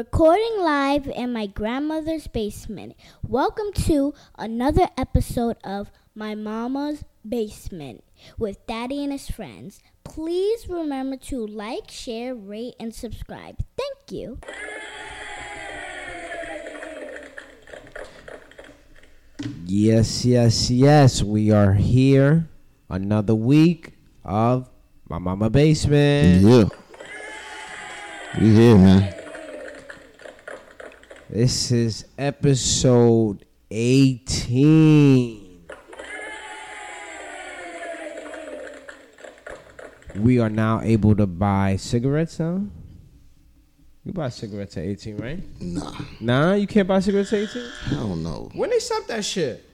recording live in my grandmother's basement. Welcome to another episode of My Mama's Basement with Daddy and his friends. Please remember to like, share, rate, and subscribe. Thank you. Yes, yes, yes. We are here. Another week of my mama basement. Yeah. We here, man. This is episode 18. We are now able to buy cigarettes now. You buy cigarettes at 18, right? Nah, Nah, you can't buy cigarettes at 18? I don't know. When they stopped that shit?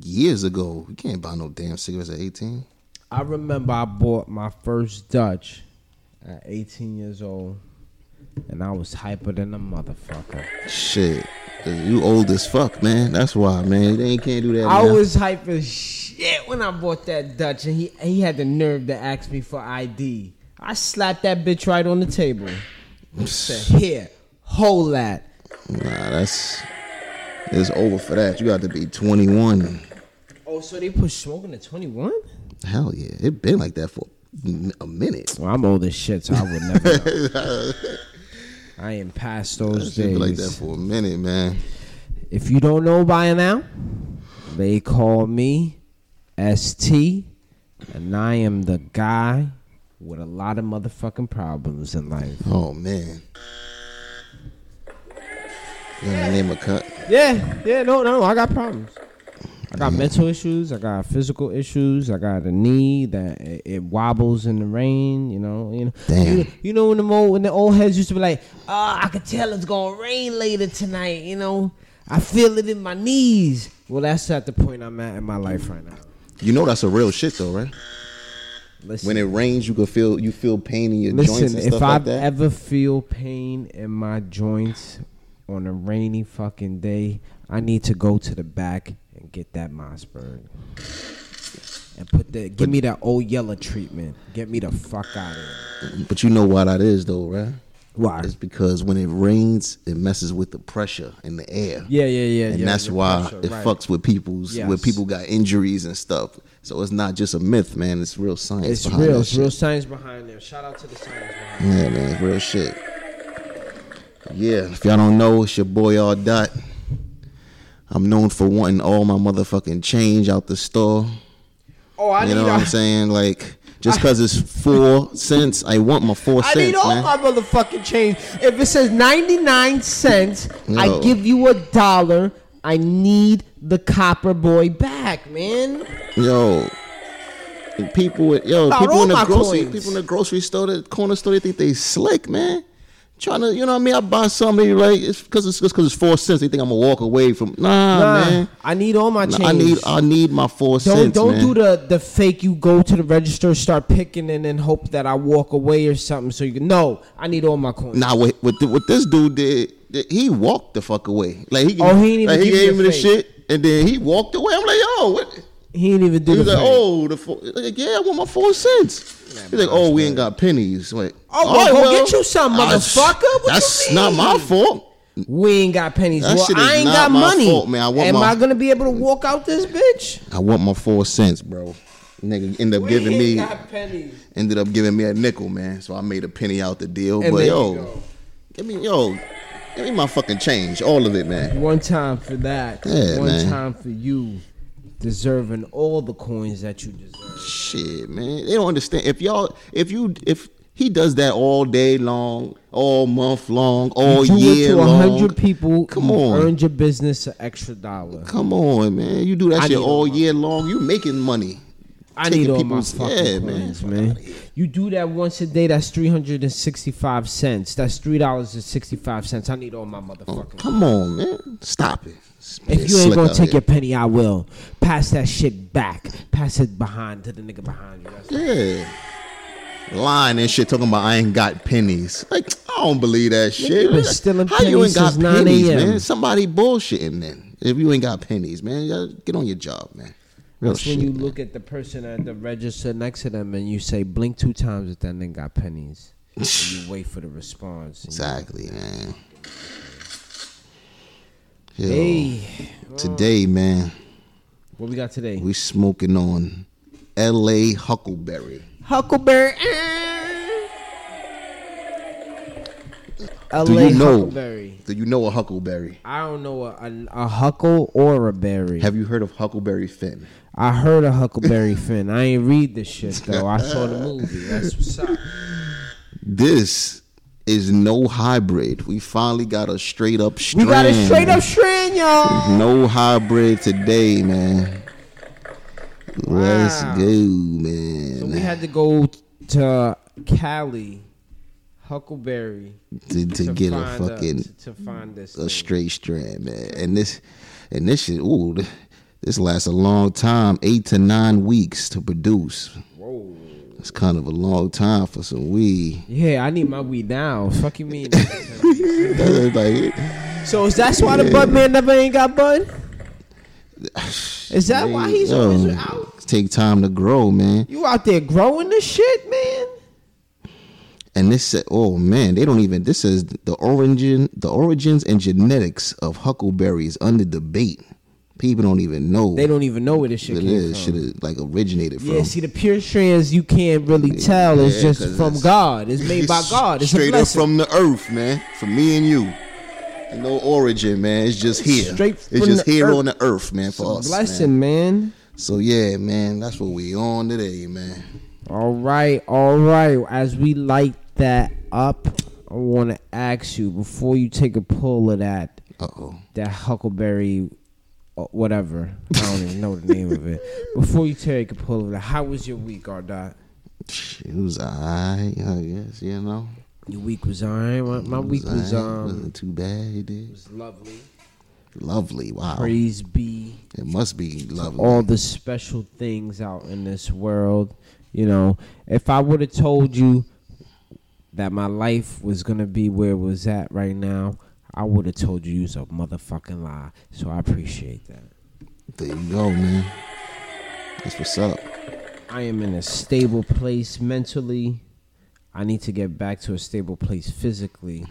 Years ago, you can't buy no damn cigarettes at 18. I remember I bought my first Dutch at 18 years old, and I was hyper than a motherfucker. Shit. 'Cause You old as fuck, man. That's why, man. They ain't can't do that. I now. was hype as shit when I bought that Dutch, and he he had the nerve to ask me for ID. I slapped that bitch right on the table. Said, Here, hold that. Nah, that's. It's over for that. You got to be 21. Oh, so they put smoking to 21? Hell yeah. It been like that for a minute. Well, I'm old as shit, so I would never. know. I am past those It's been days. like that for a minute, man. If you don't know by now, they call me ST, and I am the guy with a lot of motherfucking problems in life. Oh, man. You know the name of cut? Yeah, yeah, no, no, I got problems. I got mental issues. I got physical issues. I got a knee that it, it wobbles in the rain. You know, you know, Damn. You, you know when the old when the old heads used to be like, "Ah, I could tell it's gonna rain later tonight." You know, I feel it in my knees. Well, that's at the point I'm at in my life right now. You know that's a real shit, though, right? Listen, When it rains, you can feel you feel pain in your joints Listen, and if stuff I like that. ever feel pain in my joints on a rainy fucking day, I need to go to the back and get that Mossberg. And put the give me that old yellow treatment. Get me the fuck out of here. But you know why that is, though, right? Why? It's because when it rains, it messes with the pressure in the air. Yeah, yeah, yeah. And yeah, that's the why pressure, it right. fucks with people's where Yes. people got injuries and stuff. So it's not just a myth, man. It's real science. It's behind real. that It's shit. real science behind there. Shout out to the science behind. Yeah, man. It's real shit. Yeah. If y'all don't know, it's your boy R Dot. I'm known for wanting all my motherfucking change out the store. Oh, I you need know all, what I'm saying? Like, just because it's four cents, I want my four I cents, need all man. my motherfucking change. If it says 99 cents, I No. give you a dollar. I need the copper boy back, man. Yo, people, yo, About all people in my the grocery, coins. people in the grocery store, the corner store, they think they slick, man. Trying to, you know what I mean? I buy something like it's because it's because it's four cents. They think I'm gonna walk away from nah, man. Uh, I need all my Nah, change. I need, I need my 4 don't cents. don't man. do the the fake. You go to the register, start picking, and then hope that I walk away or something. So you can no, I need all my coins. Nah, what what, th- what this dude did, th- he walked the fuck away. Like he, Oh, he ain't even like, he give you gave a me the fake. shit, and then he walked away. I'm like, yo, what? He didn't even do He was the like, fake. oh, the four, like, yeah, I want my four cents. He's like, oh, we ain't got pennies. I'm like, Oh, well, all go right, get you some, I- motherfucker. What you that's mean? not my fault. we ain't got pennies. That Well, shit is I ain't not got my money. fault, man. I want Am my- I gonna be able to walk out this bitch? I want my four cents, bro. Nigga end up giving We ain't me got pennies. ended up giving me a nickel, man. So I made a penny out the deal. And but there you yo, go. give me yo, give me my fucking change, all of it, man. One time for that. Yeah, One man. time for you deserving all the coins that you deserve. Shit, man. They don't understand. If y'all, if you, if he does that all day long, all month long, all Do it year to long. hundred people. Come you've on. earned your business an extra dollar. Come on, man. You do I that shit need all all my- year long. You making money. I Taking need all my people's- fucking yeah, man. coins, man. You do that once a day. That's three hundred and sixty-five cents. That's three dollars and sixty-five cents. I need all my motherfucking. Come on, man. Stop it. If you ain't Oh, Slick gonna out take your here. penny, I will. Pass that shit back. Pass it behind to the nigga behind you. That's- yeah. Lying and shit, talking about I ain't got pennies. Like I don't believe that shit. been stealing How you pennies ain't got since 9 pennies, a.m.. man? Somebody bullshitting then. If you ain't got pennies, man, you gotta get on your job, man. Real That's shit. when you look at the person at the register next to them and you say, blink two times if that nigga got pennies. and you wait for the response. exactly, man. Yo, Hey, Today, man, what we got today? we smoking on L.A. Huckleberry. Huckleberry. LA Do you know? Huckleberry. Do you know a Huckleberry? I don't know a, a, a huckle or a berry. Have you heard of Huckleberry Finn? I heard a Huckleberry Finn. I ain't read this shit though. I saw the movie. That's what's up. This is no hybrid. We finally got a straight up We strand. got a straight up strand, y'all. No hybrid today, man. Let's go, man. So we had to go to Cali, Huckleberry, to, to, get a find fucking to, to find this. a thing. straight strand, man. And this and this shit, ooh, th- this lasts a long time, eight to nine weeks to produce. Whoa. It's kind of a long time for some weed. Yeah, I need my weed now. Fuck you mean. like, so is that why the bud man never ain't got bud? Is that why he's yo, always out? Take time to grow, man. You out there growing this shit, man? And this said, oh man, they don't even. This says the origin, the origins and genetics of huckleberries under debate. People don't even know. They don't even know where this shit what it came is. from. Should have like originated from. Yeah, see the pure strands you can't really tell. It's Yeah, just 'cause from it's- God. It's made by God. It's straight a up blessing. from the earth, man. From me and you. No origin, man. It's just here. Straight it's from just the here earth. on the earth, man. For us, man. blessing, man. So yeah, man. That's what we on today, man. All right, all right. As we light that up, I want to ask you before you take a pull of that Uh oh. that huckleberry, uh, whatever. I don't even know the name of it. Before you take a pull of that, how was your week, Ardot? It was alright, I guess. You know, Your week was alright. My, my It week was alright. um wasn't too bad. It is was lovely. lovely. Wow. Praise be. It must be lovely. all the special things out in this world. You know, if I would have told you that my life was gonna be where it was at right now, I would have told you you was a motherfucking lie. So I appreciate that. there you go, man. That's what's up. I am in a stable place mentally. I need to get back to a stable place physically.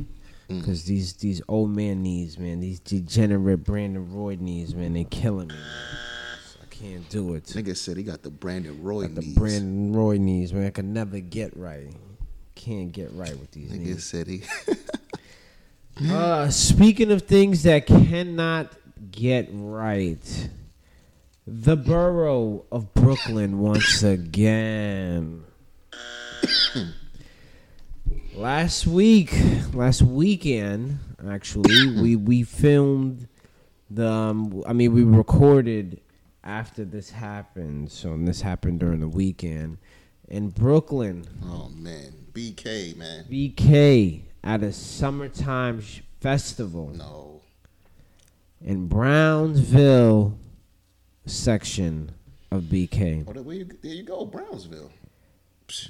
Cause these these old man knees, man, these degenerate Brandon Roy knees, man, they killing me. man. I can't do it. Nigga said he got the Brandon Roy Got the knees. Brandon Roy knees, man. I could never get right. Can't get right with these Nigga knees. said he. Uh, speaking of things that cannot get right, the borough of Brooklyn once again. last week, last weekend, actually, we we filmed the. Um, I mean, we recorded after this happened. So this happened during the weekend in Brooklyn. oh man, BK, man. BK at a summertime sh- festival No. in Brownsville section of BK. Oh, there you, there you go, Brownsville.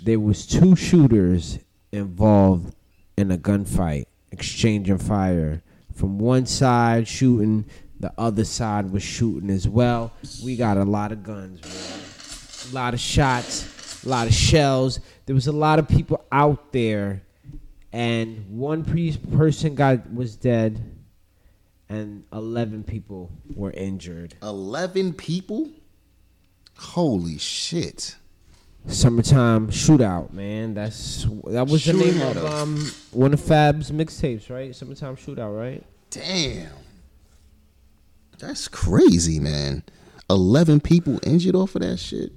There was two shooters involved in a gunfight, exchanging fire. From one side shooting, the other side was shooting as well. We got a lot of guns, man. A lot of shots, a lot of shells. There was a lot of people out there, and one pre- person got was dead, and eleven people were injured. Eleven people. Holy shit! Summertime shootout, man. That's that was the name of Shootout. um one of Fab's mixtapes, right? Summertime shootout, right? Damn. That's crazy, man. Eleven people injured off of that shit.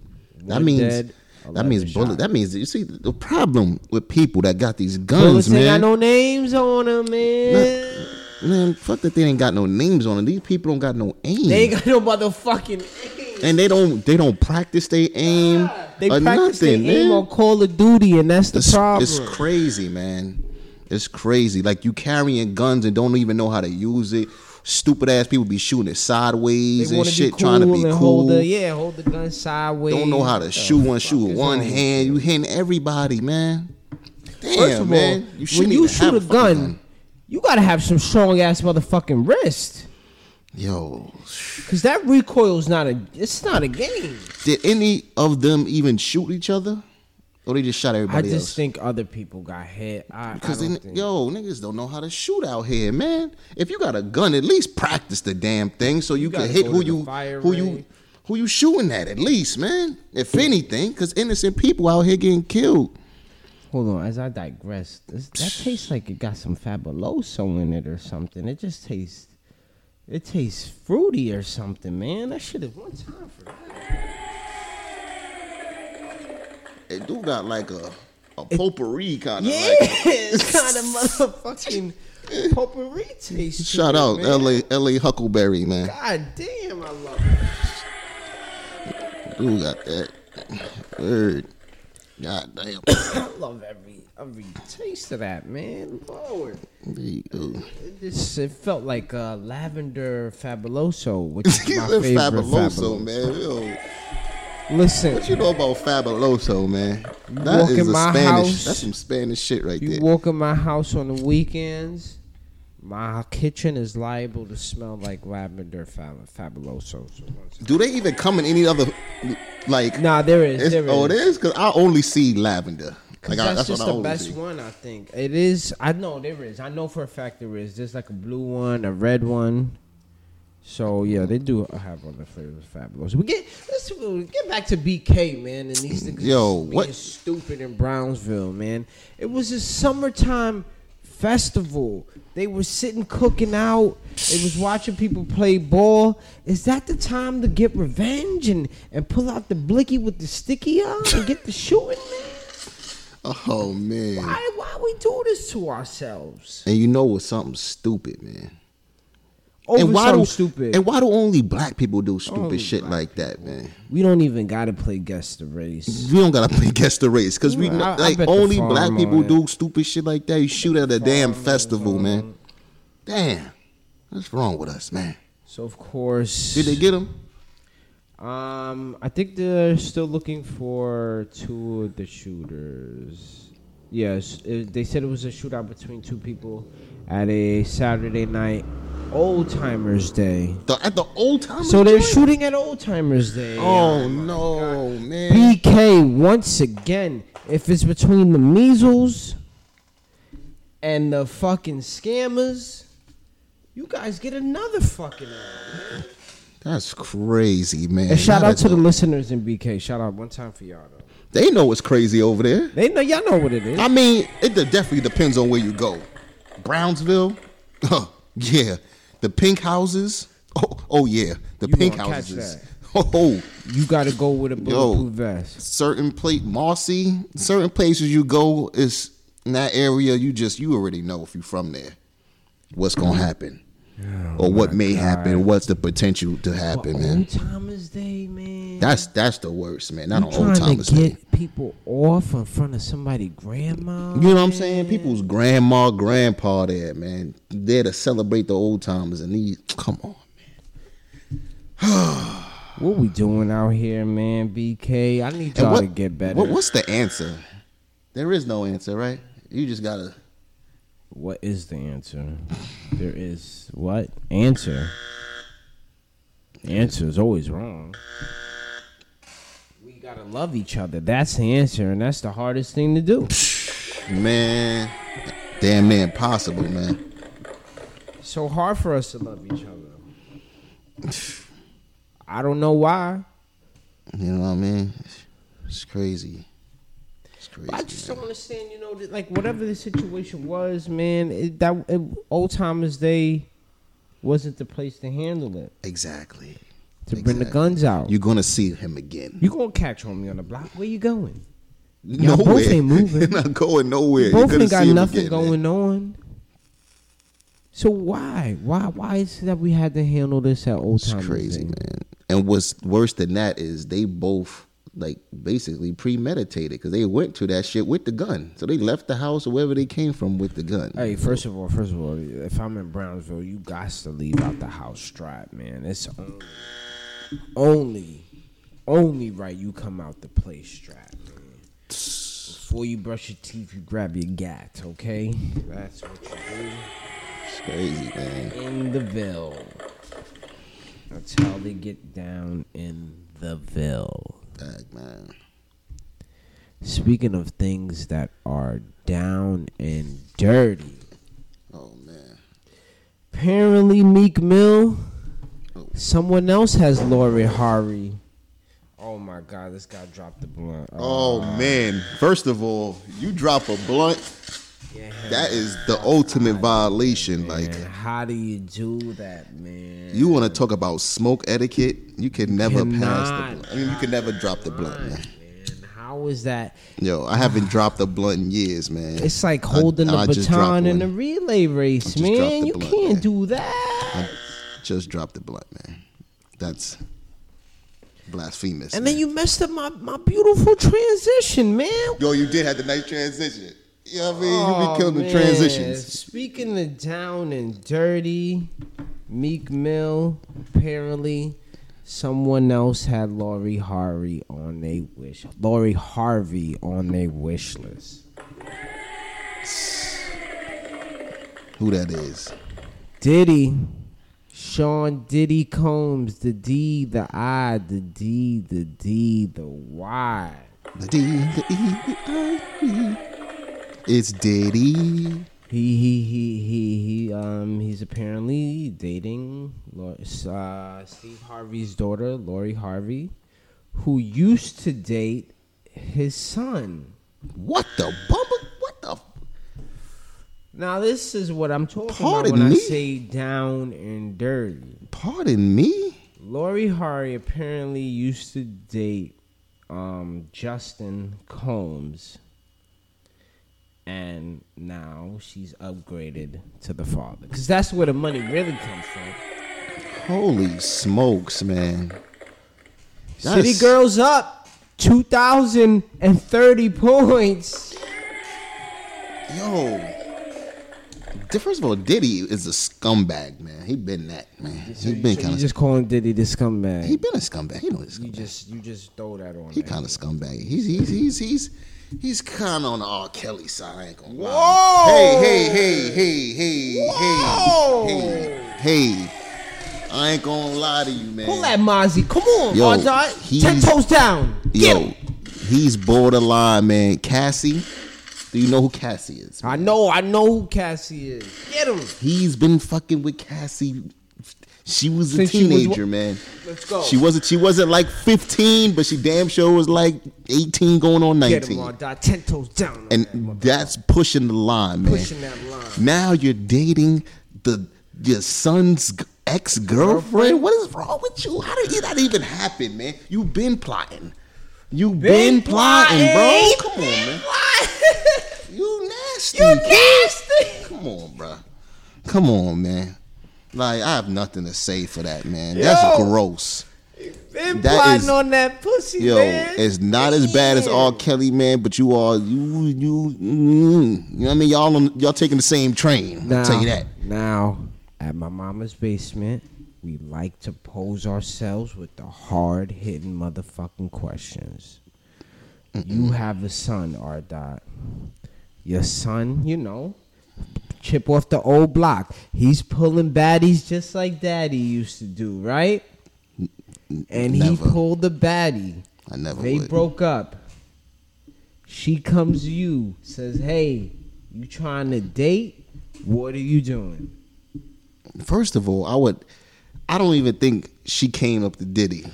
That One means dead, that means 11 bullet. shot. That means you see the problem with people that got these guns, Bullets ain't got man. no names on them, man. man, fuck that they ain't got no names on it. These people don't got no aim, They ain't got no motherfucking aim. and they don't they don't practice their aim They or practice their Uh, nothing. aim man. on Call of Duty, and that's the It's, problem. it's crazy, man. It's crazy. Like you carrying guns and don't even know how to use it. Stupid ass people be shooting it sideways they and want shit, trying to be and cool. Hold the, yeah, hold the gun sideways. Don't know how to The shoot one fuck shoot with is one wrong? hand. You hitting everybody, man. Damn, First of all, man. You when shouldn't you even shoot have a fucking gun, you gotta have some strong ass motherfucking wrist, Yo, cause that recoil's not a. It's not a game. did any of them even shoot each other? Or they just shot I everybody just else. think other people got hit. I, Because I they, don't think, yo, niggas don't know how to shoot out here, man. If you got a gun, at least practice the damn thing so you, can gotta hit go to who the you fire who you range. who you shooting at. At least, man. If anything, because innocent people out here getting killed. hold on. As I digress, this, that tastes like it got some fabuloso in it or something. It just tastes, it tastes fruity or something, man. I should have one time for that. It do got like a a potpourri kind of. Yeah, Like, it's kind of motherfucking potpourri taste. to shout it, out man. L.A. L.A. Huckleberry, man. God damn, I love it. Dude got that word. God damn. I love every every taste of that, man. Lord. There you go. It just it felt like uh, lavender fabuloso, which is He's my a favorite. fabuloso, Fabuloso. man. Yo, Listen, what you know about fabuloso, man? That walk is in a my Spanish. house, That's some Spanish shit right you there. walk in my house on the weekends. My kitchen is liable to smell like lavender fab- fabuloso. So once- Do they even come in any other like? Nah, there is. it's, There is. oh, it is because I only see lavender. Like that's, I, that's, just what I the only best see. one, I think. It is. I know there is. I know for a fact there is. There's like a blue one, a red one. So yeah, they do have other flavors. Fabulous. We get let's get back to BK man and these niggas Yo, being what- stupid in Brownsville man. It was a summertime festival. They were sitting cooking out. They was watching people play ball. Is that the time to get revenge and, and pull out the blicky with the sticky on and get the shooting man? Oh man! Why, why we do this to ourselves? And you know it's something stupid, man. Over and why some do stupid. And why do only black people do stupid Only shit black like that, man? we don't even gotta play guess the race. We don't gotta play guess the race because we I- I like bet the only farm black on people it. do stupid shit like that. You shoot at a damn festival, man. Damn, what's wrong with us, man? So of course, Did they get him? um, I think they're still looking for two of the shooters. Yes, it, they said it was a shootout between two people at a Saturday night old timers day. The, at the old time. So they're shooting at old timers day. Oh no, man! BK once again. If it's between the measles and the fucking scammers, you guys get another fucking. round. That's crazy, man. And shout Not out at to the listeners in BK. Shout out one time for y'all though. They know what's crazy over there. They know y'all know what it is. I mean, it de- definitely depends on where you go. Brownsville, huh, yeah. The pink houses, oh, oh yeah. The You pink gonna catch houses. that. Oh, oh, You got to go with a bulletproof vest. certain place, mossy. Certain places you go is in that area. You just you already know if you're from there, what's gonna happen, Oh or what may happen. What's the potential to happen, man? Old timers day, man. That's that's the worst, man. Not you on old trying timers. to man. get people off in front of somebody grandma. You know what I'm saying? People's grandma, grandpa there, man. There to celebrate the old timers and these come on. What we doing out here, man? BK, I need And y'all what- to get better. what- what's the answer? There is no answer, right? You just gotta What is the answer? There is what answer? Answer is always wrong. We gotta love each other. That's the answer, and that's the hardest thing to do. man. Damn near impossible, man. So hard for us to love each other. I don't know why. You know what I mean? It's crazy. It's crazy. I just man. don't understand. You know, that, like whatever the situation was, man. It, that it, old timers day wasn't the place to handle it. Exactly. To bring the guns out. You're gonna see him again. You gonna catch homie on the block? Where you going? Nowhere. Y'all both ain't moving. You're not going nowhere. You're Both gonna ain't got see him nothing again, man. going on. So why, why, why is it that we had to handle this at old It's times? crazy, day? man. And what's worse than that is they both like basically premeditated because they went to that shit with the gun. So they left the house or wherever they came from with the gun. Hey, first of all, first of all, if I'm in Brownsville, you got to leave out the house strap, man. It's only, only, only right you come out the place strap, man. Before you brush your teeth, you grab your gat, okay? That's what you It's crazy, man. do in the Ville. That's how they get down in the Ville. Fuck, man. Speaking of things that are down and dirty, Oh man. apparently Meek Mill, someone else has Lori Harvey. Oh my God, this guy dropped the blunt. Oh man. First of all, you drop a blunt. yeah. That is the ultimate violation. Like Man, how do you do that, man? you want to talk about smoke etiquette? You can never pass the cannot. blunt. I mean, you can never drop the blunt. Right, Man. man. How is that? Yo, I haven't dropped a blunt in years, man. It's like holding I the just dropped baton in one. the relay race, just dropped man. the You blunt, can't man. do that. I just dropped the blunt, man. That's blasphemous. And man. then you messed up my, my beautiful transition, man. Yo, you did have the nice transition. You know what I mean? Oh, you be killing man. the transitions. Speaking of down and dirty, Meek Mill, apparently someone else had Lori Harvey on a wish Lori Harvey on a wish list. Who that is? Diddy, Sean Diddy Combs, the D, the I, the D, the D, the Y. The D, the E, the I, E. It's Diddy. He he he he he um he's apparently dating Lori, uh, Steve Harvey's daughter, Lori Harvey, who used to date his son. What the bummer? What the? Now this is what I'm talking Pardon about when me? I say down and dirty. Pardon me? Lori Harvey apparently used to date um, Justin Combs, and now she's upgraded to the father because that's where the money really comes from. Holy smokes, man. That City is- Girls up two thousand and thirty points. Yo. First of all, Diddy is a scumbag, man. He been that, man. He been So you kind of. just calling Diddy the scumbag. He been a scumbag. He know he's a you scumbag. just you just throw that on. He there. kind of scumbag. He's he's he's he's he's kind of on the R. Kelly side. I ain't gonna lie. Whoa! Hey hey hey hey Whoa! Oh. hey hey hey! I ain't gonna lie to you, man. Pull that Mozzie. Come on, Yo, Ardot. Ten he's- toes down. Get him. Yo, he's borderline, man. Cassie, do you know who Cassie is? I know, I know who Cassie is. Get him. He's been fucking with Cassie. She was a Since she was teenager, wha- man. Let's go. She wasn't. She wasn't like 15, but she damn sure was like 18, going on Get him, 19. Ardot. Ten toes down. on And that mother- that's pushing the line, man. pushing that line. Now you're dating the your son's ex girlfriend. What is wrong with you? How did that even happen, man? You've been plotting. You've been, Been plotting, plotting. bro. Come on, man. You nasty. you nasty. Come on, bro. Come on, man. Like I have nothing to say for that, man. That's Yo. gross. Been That plotting is- on that pussy, Yo, man. it's not as bad as R. Kelly, man. But you are you you. Mm, you know what I mean? Y'all on, y'all taking the same train. Now, I'll tell you that. Now, at my mama's basement, we like to pose ourselves with the hard hitting motherfucking questions. You have a son, R. Dot. Your son, you know, chip off the old block. He's pulling baddies just like daddy used to do, right? And he Never. pulled the baddie. I never They would. broke up. She comes to you, says, "Hey, you trying to date? What are you doing?" First of all, I would. I don't even think she came up to Diddy.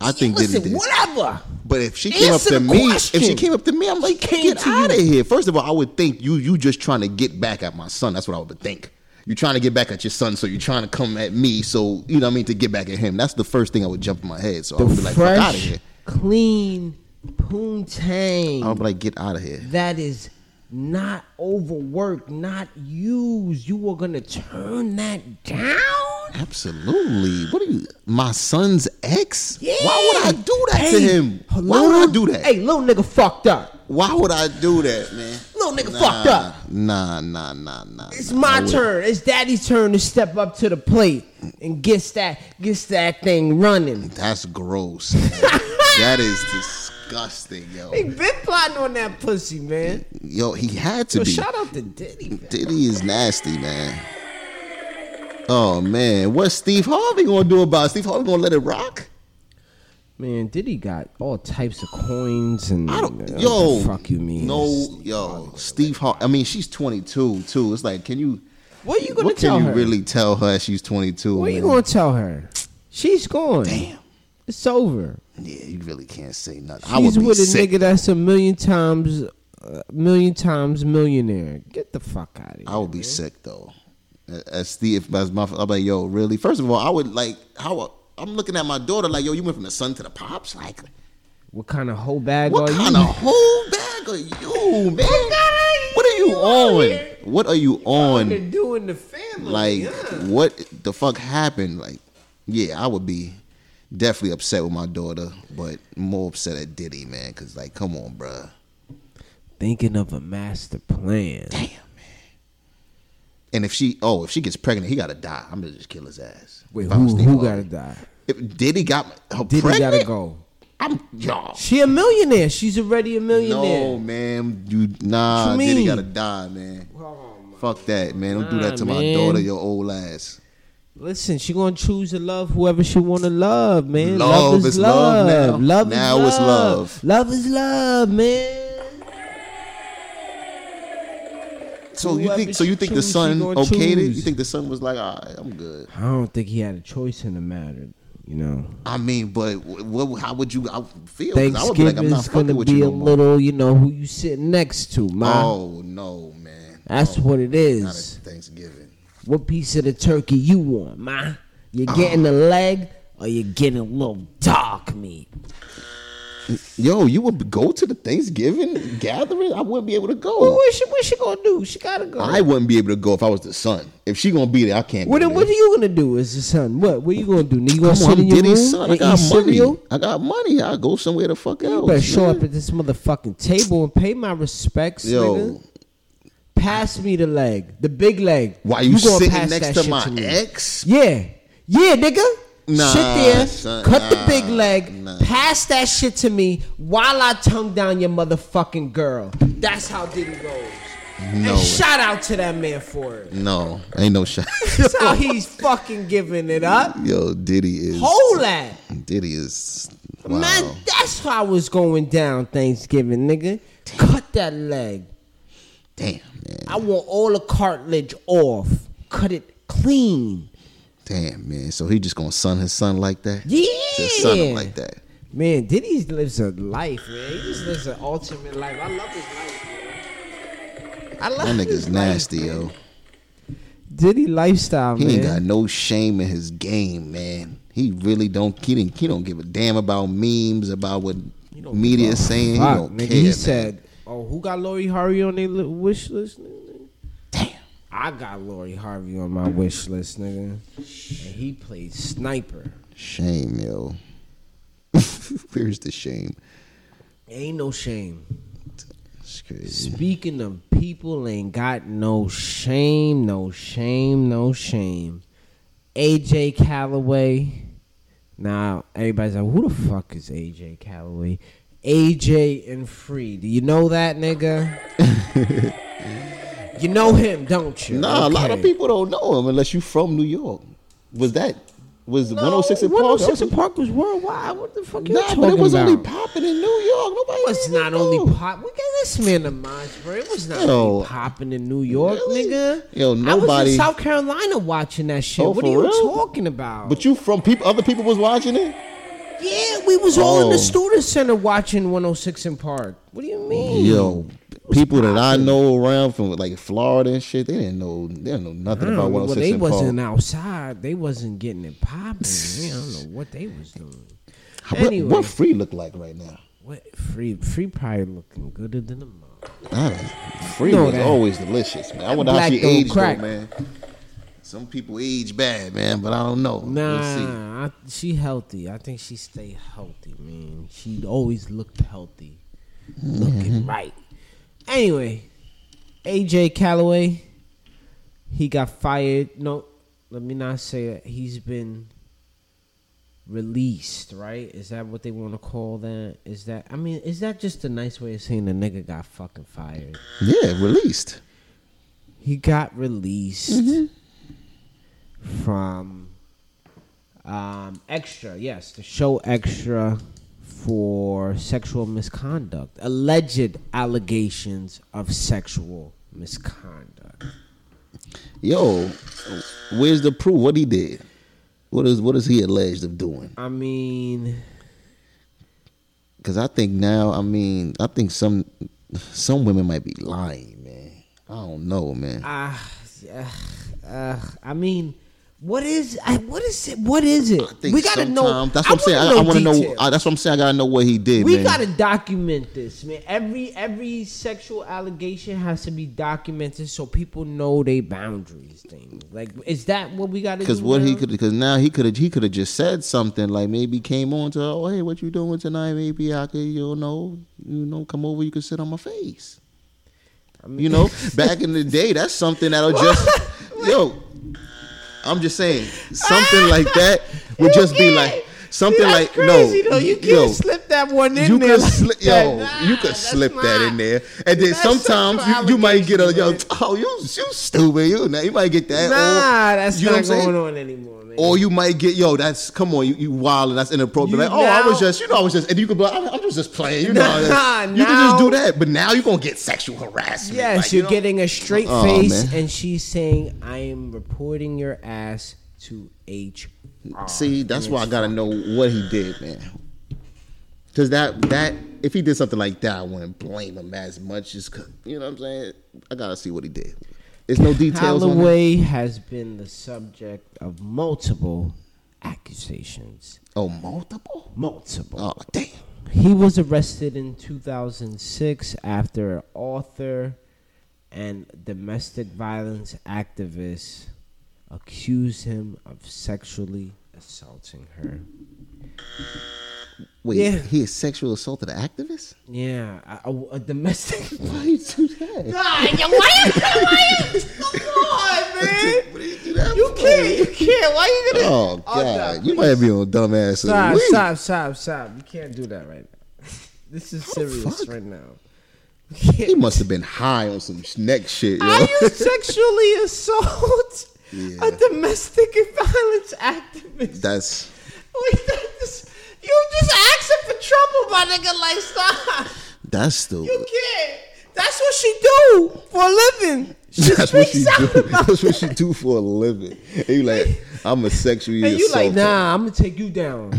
I think Listen, Diddy did. whatever. But if she came up Answer to the me, question. if she came up to me, I'm like, came get to out of you. here. First of all, I would think you you just trying to get back at my son. That's what I would think. You're trying to get back at your son, so you're trying to come at me. So you know what I mean to get back at him. That's the first thing I would jump in my head. So I would be like, fuck out of Fresh, here. clean, I would poontang. be like, get out of here. That is not overworked, not used. You are gonna turn that down. Absolutely. What are you? My son's ex? Yeah. Why would I do that to Hey, him? Why would I little- do that? Hey, little nigga, fucked up. Why would I do that, man? Little nigga fucked up. Nah, nah, nah, nah. It's nah. I my would- turn. It's daddy's turn to step up to the plate and gets that gets that thing running. That's gross. man. that is disgusting, yo. He been plotting on that pussy, man. Yo, he had to So be. shout out to Diddy. Man. Diddy is nasty, man. Oh man, what's Steve Harvey gonna do about it? Steve Harvey gonna let it rock? Man, Diddy got all types of coins and I don't, uh, yo, the fuck you mean? No, yo, Steve Har. I mean, she's 22 too. It's like, can you? What you gonna What tell can you her? really tell her? She's 22. What you man? gonna tell her? She's gone. Damn. it's over. Yeah, you really can't say nothing. I would She's be with a sick. nigga that's a million times, uh, million times millionaire. Get the fuck out of here. I would be sick though. As Steve, as my, I'm like, yo, really? First of all, I would like how I'm looking at my daughter like, yo, you went from the sun to the pops. Like, What kind of whole bag what are kind you? of whole bag are you, man? What are you on? What are you on? doing the family? Like, what the fuck happened? Like, yeah, I would be definitely upset with my daughter, but more upset at Diddy, man, because like, come on, bruh. thinking of a master plan. And if she, oh, if she gets pregnant, he gotta die. I'm gonna just kill his ass. Wait, If I'm who, Steve who gotta Harvey. die? If Diddy got her Diddy pregnant, gotta go. I'm y'all. She a millionaire. She's already a No, millionaire. man, you nah. What you Diddy mean? gotta die, man. Fuck that, man. Don't do Nah, that to my man. daughter, your old ass. Listen, she gonna choose to love whoever she wanna love, man. Love is, is love. love now. Love Now is it's love. love. Love is love, man. So you Whoever think? So you think she the choose, son she gonna okayed it? choose. You think the son was like, all right, I'm good. I don't think he had a choice in the matter. You know, I mean, but what? How would you I would feel? 'Cause I would be Thanksgiving like, I'm not is gonna fucking with be you a no more. little, you know, who you sitting next to, man. Oh no, man. That's No, what it Not at is. Thanksgiving. What piece of the turkey you want, ma? You getting a leg or you getting a little dark meat? Yo, you would go to the Thanksgiving gathering? I wouldn't be able to go. Well, what she what she gonna do? She gotta go. I wouldn't be able to go if I was the son. If she gonna be there, I can't. what, go what are there. you gonna do as a son? What what you gonna do? You gonna Come sit on, in I'm your Diddy's room son. I and got eat money. cereal? I got money. I go somewhere the fuck else. You better show nigga. up at this motherfucking table and pay my respects, Yo, nigga. Pass me the leg, the big leg. why you, gonna sitting pass next that to shit my me. ex? Yeah, yeah, nigga. Nah, Sit there, son, cut the nah, big leg, nah. pass that shit to me while I tongue down your motherfucking girl. That's how Diddy goes. No, And shout out to that man for it. no, ain't no shot. That's how he's fucking giving it up. Yo, Diddy is Hold that. Diddy is wow. Man, that's how I was going down Thanksgiving, nigga. Cut that leg. Damn, man. I want all the cartilage off. Cut it clean. Damn, man. So he just gonna son his son like that? Yeah. just son him like that. Man, Diddy lives a life, man. He just lives an ultimate life. I love his life, man. I love That his nigga's life, nasty, man. yo. Diddy lifestyle, He man. ain't got no shame in his game, man. He really don't. He, didn't, he don't give a damn about memes, about what media is saying. Fuck, he don't nigga, care. he man. said, "Oh, who got Lori Harvey on their li- wish list?" Nigga? Damn. I got Lori Harvey on my wish list, nigga. And he played sniper. "Shame, yo. Where's the shame? Ain't no shame. It's crazy. Speaking of people ain't got no shame, no shame, no shame. AJ Calloway. Now everybody's like, who the fuck is AJ Calloway? AJ and Free. Do you know that nigga? you know him, don't you? Nah, a lot of Okay. people don't know him unless you from New York. Was that was No, 106 in Park? 106 That in was- Park was worldwide. What the fuck you Nah, talking but it was about? only popping in New York. Nobody. It was really not only know. pop. We got this man the minds, bro. It was not Yo. only popping in New York, Really? nigga. Yo, I was nobody- in South Carolina watching that shit. Oh, what for are you real? talking about? But you from people? Other people was watching it. yeah, we was all in Oh. the student center watching 106 in Park. What do you mean? Yo, people that I know around from like Florida and shit, they didn't know they didn't know I nothing don't know, about Mm, well, 106 they and wasn't Park. outside. They wasn't getting it popping. Man, I don't know what they was doing. What- Anyway, What free look like right now? what free free probably looking gooder than a mom. Nah, free No, was that- always delicious, man. I wonder how black she don't aged crack. though, man. Some people age bad, man, but I don't know. We'll see. Nah, I, she healthy. I think she stay healthy, man. She always looked healthy, looking right. Anyway, AJ Calloway, he got fired. No, let me not say that. He's been released, right? Is that what they want to call that? Is that? I mean, is that just a nice way of saying the nigga got fucking fired? Yeah, released. He got released from Um, extra, yes, the show extra for sexual misconduct, alleged allegations of sexual misconduct. Yo, where's the proof? What he did? What is what is he alleged of doing? I mean, Because I think now, I mean, I think some some women might be lying, man. I don't know, man. ah, ugh, ugh, I mean, what is, I, what is it? What is it? I think we gotta know. sometime- That's what I'm saying. I, wanna I want to know. details. I, that's what I'm saying. I gotta know what he did, we man. gotta document this, man. Every every sexual allegation has to be documented so people know they boundaries. Things like is that what we gotta? Because do what he now? could, because now he could have, he could have just said something like maybe came on to, oh hey, what you doing tonight? Maybe I could, you know, you know, come over. You could sit on my face. you know, back in the day, that's something that'll just, yo. I'm just saying, something like that would You just be can't. like something That's like crazy, no, though. You can't yo, slip that one in you there. could like slip, that. yo, Nah, you could that's slip that not- in there, and then That's sometimes sexual you, you might get a yo, allegation, oh you you stupid, you you might get that. Nah, or, that's you know not what I'm saying? going on anymore, man. Or you might get yo, that's come on, you, you wild and that's inappropriate. You like, oh, I was now- just, you know, I was just, and you could be like, I'm, I'm just just playing, you know. Nah, that's- you can just now- do that, but now you're gonna get sexual harassment. yes, like, you you're know? getting a straight Aw, face, man. and she's saying, "I am reporting your ass to H." See, that's why I gotta know what he did, man. Cause that that if he did something like that, I wouldn't blame him as much. Just 'cause- you know what I'm saying? I gotta see what he did. There's no details on that. Holloway has been the subject of multiple accusations. Oh, multiple? Multiple. Oh, damn. He was arrested in 2006 after an author and domestic violence activist accused him of sexually assaulting her. Wait, Yeah. he is sexual assaulted an activist? Yeah, a, a- a domestic. Why you do that? God, yo, why you? Why you? Come on, man. What do you do that You for? can't. You can't. Why you gonna? Oh nah, god, you please. might be on dumbass. of the Stop, week. stop, stop, stop. You can't do that right now. This is serious fuck? right now. He must have been high on some neck shit. Yo. I you sexually assault Yeah. a domestic violence activist? That's Wait, that is, you just asking for trouble, my nigga. Like, stop. that's stupid. You can't. That's what she do for a living. She That's what she speaks out do. about That's what she do for a living. And you like, I'm a sexual And you like, assaulter. nah, I'm gonna take you down.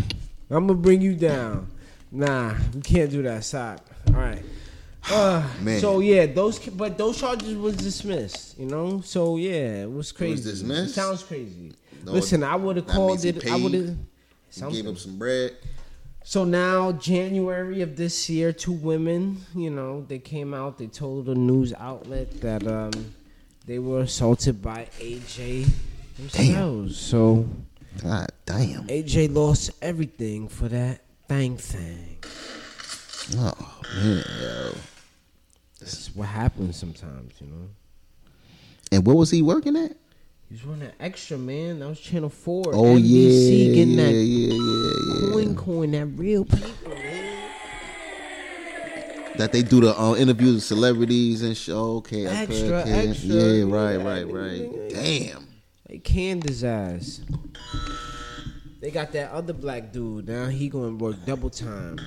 I'm gonna bring you down. Nah, we can't do that. Stop. All right. Uh, Man. So yeah, those ki- but those charges was dismissed. You know, so yeah, it was crazy. dismissed? It sounds crazy. No, Listen, I would have that means called he it. I would paid. have. Gave him some bread. So now, January of this year, two women, you know, they came out. They told a news outlet that um, they were assaulted by AJ themselves. So God damn. AJ lost everything for that thing thing. Oh man. yo. This is what happens sometimes, you know. And what was he working at? He was running extra, man. That was Channel 4. Oh yeah, NBC getting yeah, that yeah, yeah, yeah. coin coin, that real people, man. That they do the uh, interviews with celebrities and shit. Oh, okay, okay, Extra, okay. extra. Yeah, Yeah, right, right, nigga, right. nigga. Damn. They canned his ass. They got that other black dude. Now he going to work double time.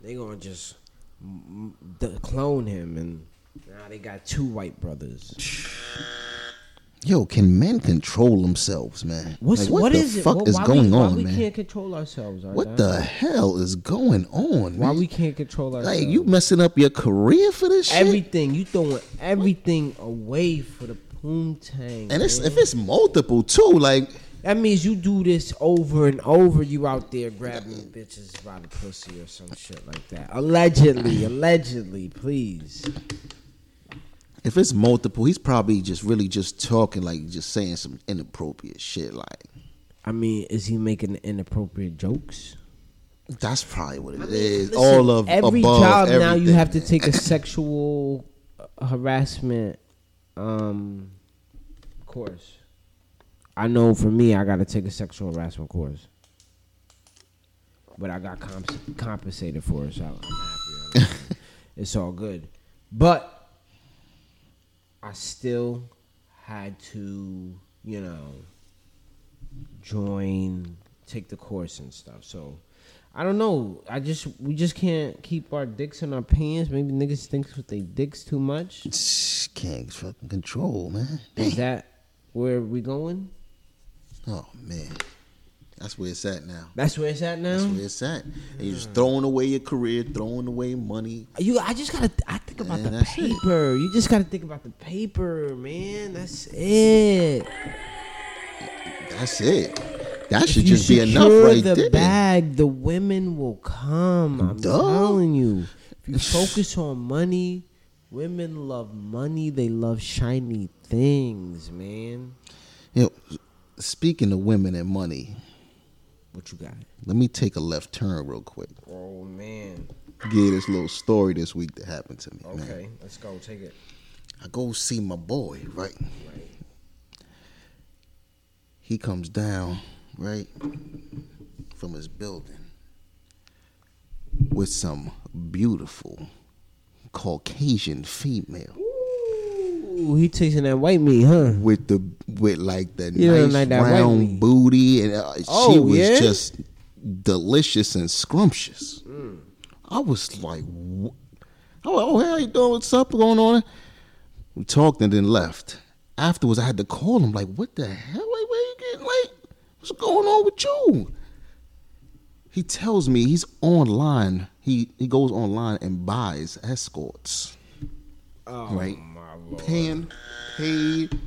They going to just mm, mm, d- clone him. And now they got two white brothers. Yo, can men control themselves, man? What's, Like, what the is it? fuck What- is why going we, why on, we man? can't control ourselves. right now? What the hell is going on? Why man? we can't control ourselves? like you messing up your career for this shit? everything. You throwing everything away for the poontang. and it's man. if it's multiple too, like that means you do this over and over. You out there grabbing bitches by the pussy or some shit like that. Allegedly, allegedly, please. if it's multiple, he's probably just really just talking, like just saying some inappropriate shit. Like I mean, is he making inappropriate jokes? that's probably what it is. Listen, All of every above job now, you everything, have to man. take a sexual uh, harassment um, course. I know for me, I got to take a sexual harassment course, but I got comp- compensated for it, so I'm happy. I'm- it's all good, but I still had to, you know, join, take the course and stuff. So I don't know. I just we just can't keep our dicks in our pants. Maybe niggas thinks with they dicks too much. Can't fucking control, man. Is that where we going? Oh man, that's where it's at now. That's where it's at That's now. where it's at. And you're just throwing away your career, throwing away money. You, I just gotta. I think about Man, the that's it. paper. You just gotta think about the paper, man. That's it. That's it. That should If you just be enough secure right the there. bag, the women will come. I'm Duh. telling you. If you focus on money, women love money. They love shiny things, man. You know, speaking of women and money, What you got? let me take a left turn real quick. Oh man. Give this little story this week that happened to me. Man. let's go. Take it. I go see my boy, right? He comes down, right, from his building with some beautiful Caucasian female Ooh, he tasting that white meat, huh? with the with like the You don't nice like that white meat. round booty, and uh, she Oh, was yeah? just delicious and scrumptious. Mm. I was like, wh- I was, "Oh, how you doing? What's up? Going on?" We talked and then left. Afterwards, I had to call him. Like, what the hell? Like, where you getting? Like, what's going on with you? He tells me he's online. He he goes online and buys escorts Oh right? my lord. Paying, paid,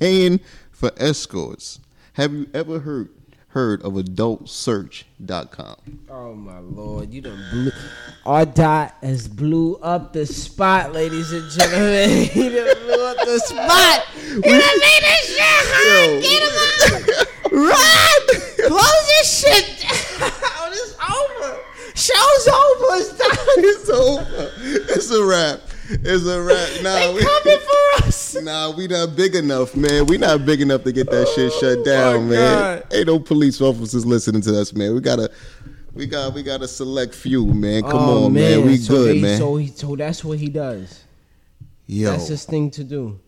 paying for escorts. Have you ever heard heard of adultsearch.com? Oh my lord, you done blew. Our dot has blew up the spot, ladies and gentlemen. he done blew up the spot. You done made this shit hot. Get him out. Run. Close this shit down. It's over. Show's over. It's done. It's over. It's a wrap. It's a wrap. Nah, They we, coming for us. nah, we not big enough, man. We not big enough to get that shit shut down, Oh my man. God. Ain't no police officers listening to us, man. We gotta, we got, we got a select few, man. Come Oh, on, man. We so good, they- man. So, he, so that's what he does. yo, That's his thing to do.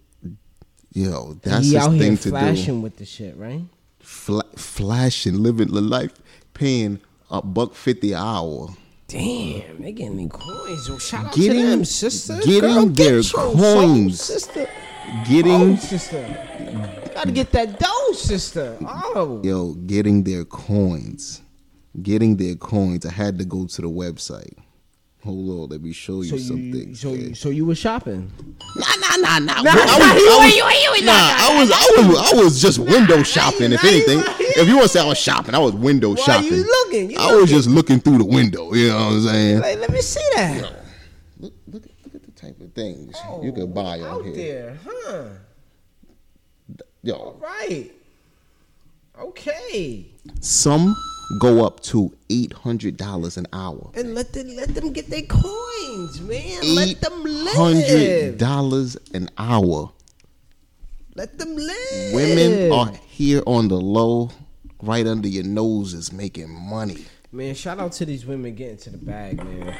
yo, that's he his out thing here to do. flashing with the shit, right? fla- flashing, living the life, paying a buck fifty an hour. Damn, they getting their coins. Well, shout out Get to in- them, sister. get Girl, in their your soul, coins. sister. Getting Oh, sister. Gotta get that dough, sister. Oh. yo, getting their coins. Getting their coins. I had to go to the website. Hold on, let me show So you you, something. so, you, so you were shopping. nah, nah, nah, nah. Nah, I was, I was, I was just window shopping. If nah, you anything, right. if you want to say I was shopping, I was window Why shopping. you looking? You I was just looking through the window. You know what I'm saying? Like, let me see that. Look, look, at- look at the type of things you could buy on Oh, out here. there, huh? Yo, Right. Okay. Some go up to eight hundred dollars an hour. And let them let them get their coins, man. Let Eight them hundred live. dollars an hour. Let them live. Women are here on the low, right under your noses, making money. Man, shout out to these women getting to the bag, man.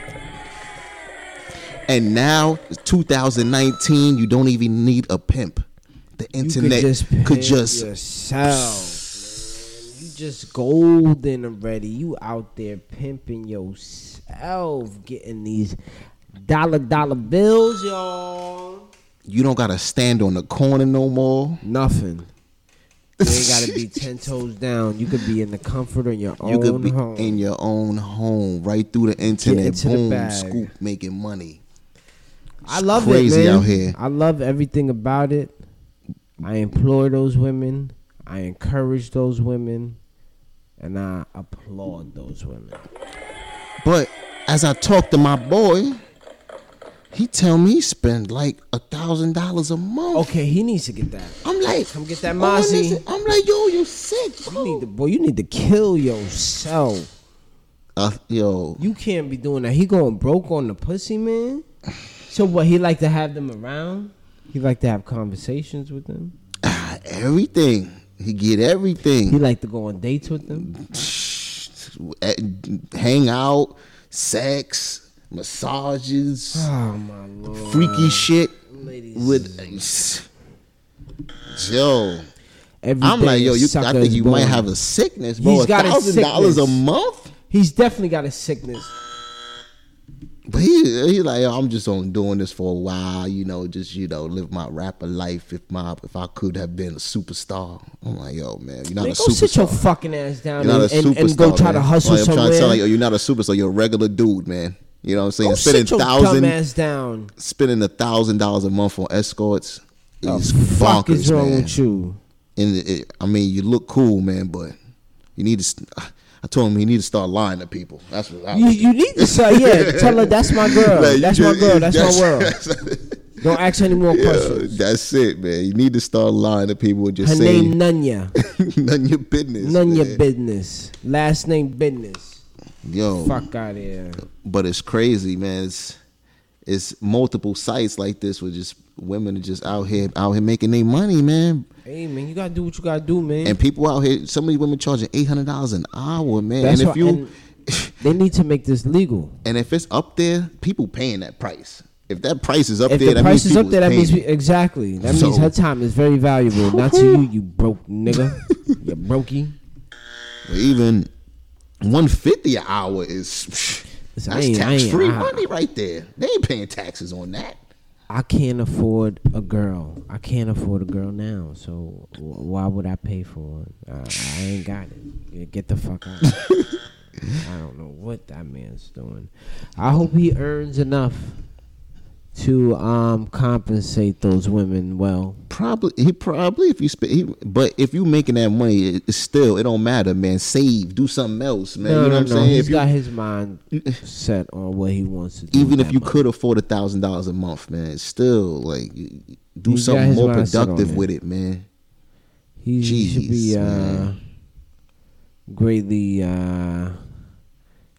And now, it's 2019, you don't even need a pimp. The internet could pimp just, yourself. man. You just golden already. You out there pimping yourself, getting these dollar dollar bills, y'all. you don't gotta stand on the corner no more. Nothing. You ain't gotta be ten toes down. You could be in the comfort of your You own could be home. in your own home, right through the internet, into the boom, bag. scoop, making money. I love crazy it, man. out here. I love everything about it. I implore those women. I encourage those women, and I applaud those women. But as I talk to my boy, he tell me he spend like a thousand dollars a month. Okay, he needs to get that. I'm like, Come get that oh, and this- Mozzie. I'm like, yo, you sick, You bro. need to, boy. You need to kill yourself. uh, yo, You can't be doing that. He going broke on the pussy, man. So what? He like to have them around. He like to have conversations with them. ah, everything. He get He everything. like to go on dates with them. Eh, Hang out, sex, massages, Oh my lord, freaky shit ladies. with. Yo, every I'm day a like, yo, you, I sucker think is you born. might have a sickness, bro. He's A got a thousand dollars a sickness. month, He's definitely got a sickness. but he he's like, yo, I'm just on doing this for a while, you know, just you know, live my rapper life. If my if I could have been a superstar, I'm like, yo, man, you're not Man, a go sit your superstar. fucking ass down You're not a and, and, superstar, and go try man. to hustle Like, I'm somewhere. trying to tell you, you're not a superstar. You're a regular dude, man. You know what I'm saying? go Spending sit your dumb thousand, ass down. spending a thousand dollars a month on escorts is Fuck bonkers, is wrong man. with you? and it, it- I mean, you look cool, man, but you need to. st- I told him he need to start lying to people. That's what I You, you need to say, yeah, tell her that's my girl. Like, you that's just- my girl. That's, that's- my world. Don't ask any more Yeah, questions. that's it, man. You need to start lying to people. and Just Her say name Nunya. none your business. None your man. business. Last name business. Yo, Fuck out of here. but it's crazy, man. It's it's multiple sites like this where just women are just out here out here making their money, man. Hey man, you gotta do what you gotta do, man. And people out here, some of these women charging eight hundred dollars an hour, man. That's and if why- you and- they need to make this legal. And if it's up there, people paying that price. If that price is up If there, the that price means is up people there, that means paying we, exactly. That So- means her time is very valuable. Not to you, you broke nigga. you brokey. it. even one fifty an hour is Listen, I that's ain't- I ain't- tax free I- money right there. They ain't paying taxes on that. I can't afford a girl. I can't afford a girl now. So wh- why would I pay for it? I, I ain't got it. Yeah, Get the fuck out. I don't know what that man's doing. I hope he earns enough to um compensate those women well. Probably he probably if you spend, he, but if you making that money, it, it's still it don't matter, man. Save, do something else, man. No, you know no, what I'm no. saying? He's If you, got his mind set on what he wants to do. even with if that you money. could afford a thousand dollars a month, man, it's still like you- you do You got something his more mindset on productive it. with it, man. He should be Jeez, uh, man. greatly uh,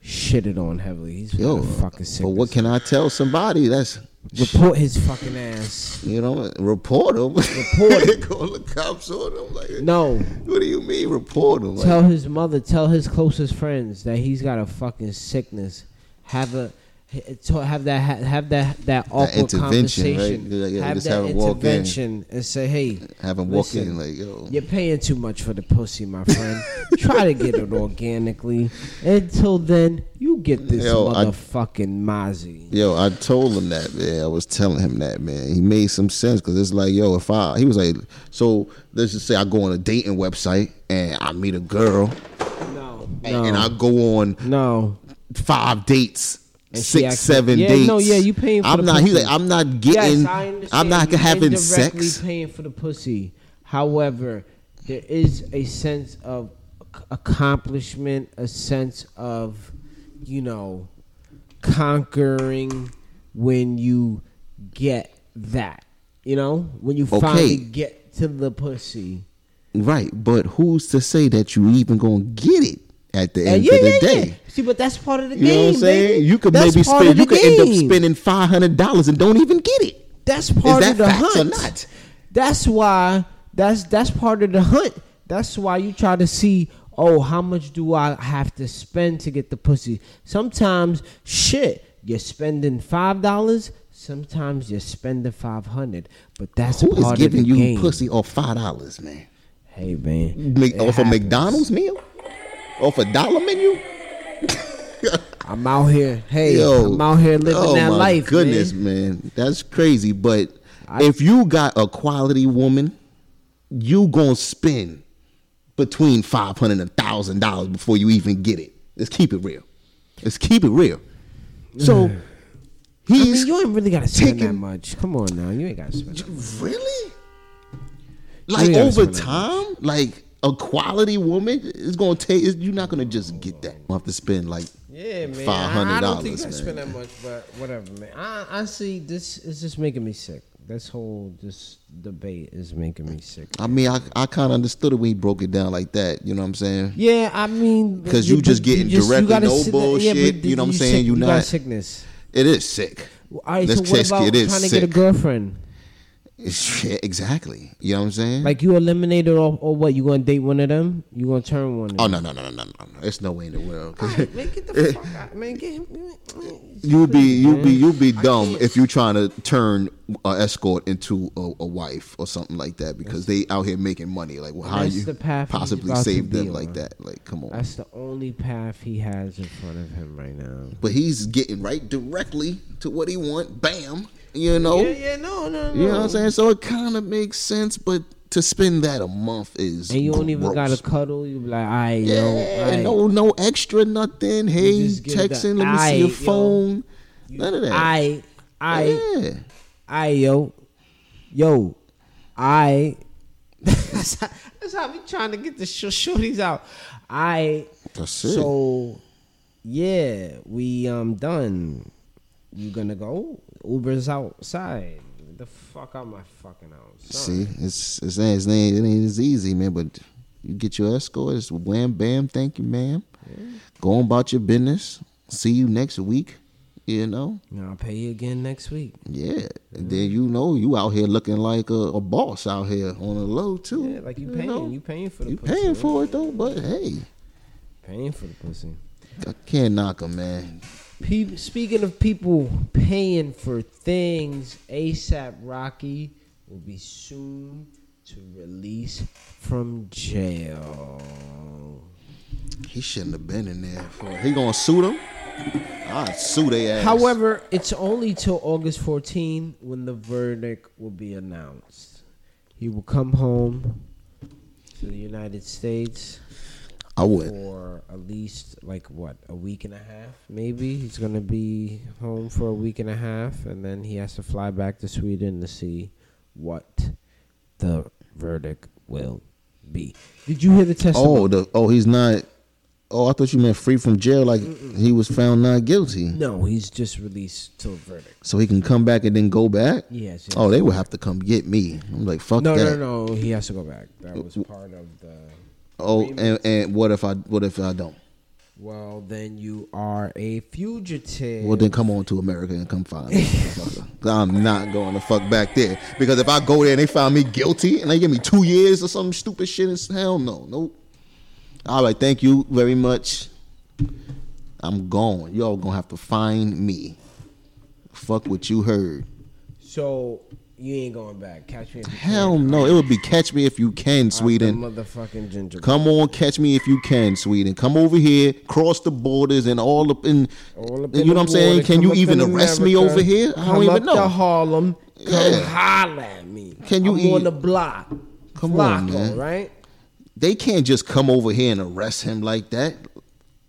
shitted on heavily. He's Yo, got a fucking sick. but what can I tell somebody? That's report his fucking ass? You know, report him. Report him. Call the cops on him. Like, No, what do you mean, report him? Like, tell his mother, tell his closest friends that he's got a fucking sickness. Have a h- to- have that ha- have that that awkward intervention, right? conversation. Yeah, yeah, have just that have him walk in. intervention and say, hey, have him walk listen, in. Like, yo, You're paying too much for the pussy, my friend. Try to get it organically. Until then, you get this Yo, I- motherfucking mozzie. yo, I told him that, man. I was telling him that, man. He made some sense because it's like, yo, if I, he was like, so let's just say I go on a dating website and I meet a girl No, and- no, and I go on no. five dates. And she Six, acts- seven Yeah, dates. no, yeah, you paying for I'm the not. He's pussy. like, I'm not getting. yes, I understand. I'm not you having indirectly sex. Paying for the pussy. However, there is a sense of ac- accomplishment, a sense of, you know, conquering when you get that. You know, when you Okay. finally get to the pussy. Right, but who's to say that you even gonna get it at the And end yeah, of the yeah, day? yeah. See, but that's part of the You game. know what I'm saying? baby. You could That's maybe part of spend. You the could end up game. spending five hundred dollars and don't even get it. That's part that of the facts or hunt. not? That's why. That's that's part of the hunt. That's why you try to see. Oh, how much do I have to spend to get the pussy? Sometimes, shit, you're spending five dollars. Sometimes you're spending five hundred. But that's Who is part of the giving you game. pussy off five dollars, man? Hey man, Make, it off a happens. McDonald's meal? Off a dollar menu? I'm out here. Hey, Yo, I'm out here living oh that my life. Goodness, man. man. that's crazy. But I- if you got a quality woman, you gonna spend between five hundred and thousand dollars before you even get it. Let's keep it real. Let's keep it real. So I he's mean, you ain't really gotta spend that taking- much. Come on now, you ain't gotta spend. That much. really like gotta over spend that time, like a qualality woman is gonna take. is- You're not gonna just get that. You have to spend like Yeah, man. five I, I hundred don't think I dollars. spend that much, but whatever, man. I, I see this is just making me sick. This whole this debate is making me sick. I mean, I, I kind of understood it when he broke it down like that. You know what I'm saying? Yeah, I mean, 'Cause you just getting directly gotta no sit there- bullshit, but you know what I'm saying? sick- You got not- sickness. It is sick. Well, All right, Let's so what just- about it is trying to get a sick. girlfriend? It's, yeah, exactly. You know what I'm saying? Like you eliminated all, or what? You gonna date one of them? You gonna turn one? Of oh them? no no no no no no! no. It's no way in the world. 'Cause man, get the fuck out, man. Get him. you'd be you'd be you'd be dumb if you trying to turn an escort into a, a wife or something like that because they out here making money. Like, well, how That's you the path he's possibly about to save be them on. like that? Like, come on. That's the only path he has in front of him right now. but he's getting right directly to what he want. Bam, you know. Yeah, yeah, no, no, no. Oh. You know what I'm saying? So it kind of makes sense, but to spend that a month is And you don't even gross. gotta cuddle. You be like, I Yeah, yo, no, no extra nothing. Hey, just give texting. the Let me see your aight, yo. phone. None of that. I, I, yeah. I, yo, yo, I. that's, how, that's how we trying to get the sh- shorties out. I. That's it. So, yeah, we um done. You gonna go? Uber's outside. The fuck out my fucking house. son. See, it's it's it's it ain't, it ain't as easy, man. But you get your escort. It's wham bam. Thank you, ma'am. Go on about your business. See you next week. You know, And I'll pay you again next week. yeah. And then you know you out here looking like a, a boss out here on the low too. Yeah, like you paying, Mm, know? you paying for the You pussy. paying right? for it though, but hey, Paying for the pussy. I can't knock him, man. Pe- speaking of people paying for things, ASAP Rocky will be soon to release from jail. He shouldn't have been in there. For, he gonna sue them? I sue their ass. However, it's only till August 14 when the verdict will be announced. He will come home to the United States I would. for at least like what a week and a half, maybe. He's gonna be home for a week and a half, and then he has to fly back to Sweden to see what the verdict will be. Did you hear the testimony? Oh, the oh, he's not. Oh, I thought you meant free from jail. Like he was found not guilty, no, he's just released till verdict. so he can come back and then go back. Yes. yes. Oh, they would have to come get me. I'm like, fuck no, that. no, no. He has to go back. That was part of the. Oh, and, and what if I what if I don't? Well, then you are a fugitive. Well, then come on to America and come find me. motherfucker. 'Cause I'm not going to fuck back there because if I go there and they find me guilty and they give me two years or some stupid shit, it's hell no, nope. All right, thank you very much. I'm gone. Y'all gonna have to find me. Fuck what you heard. so you ain't going back. Catch me. if you Hell can. no. It would be catch me if you can, I'm the Sweden. Motherfucking ginger. Come on, catch me if you can, Sweden. Come over here, cross the borders and all up in. All up you in the know what I'm saying? water, Can come you up in even arrest me America, over here? I come don't even up To know. Harlem, come Yeah. holler at me. Can you I'm eat- on the block? Come on, Flocko, man. Right? They can't just come over here and arrest him like that.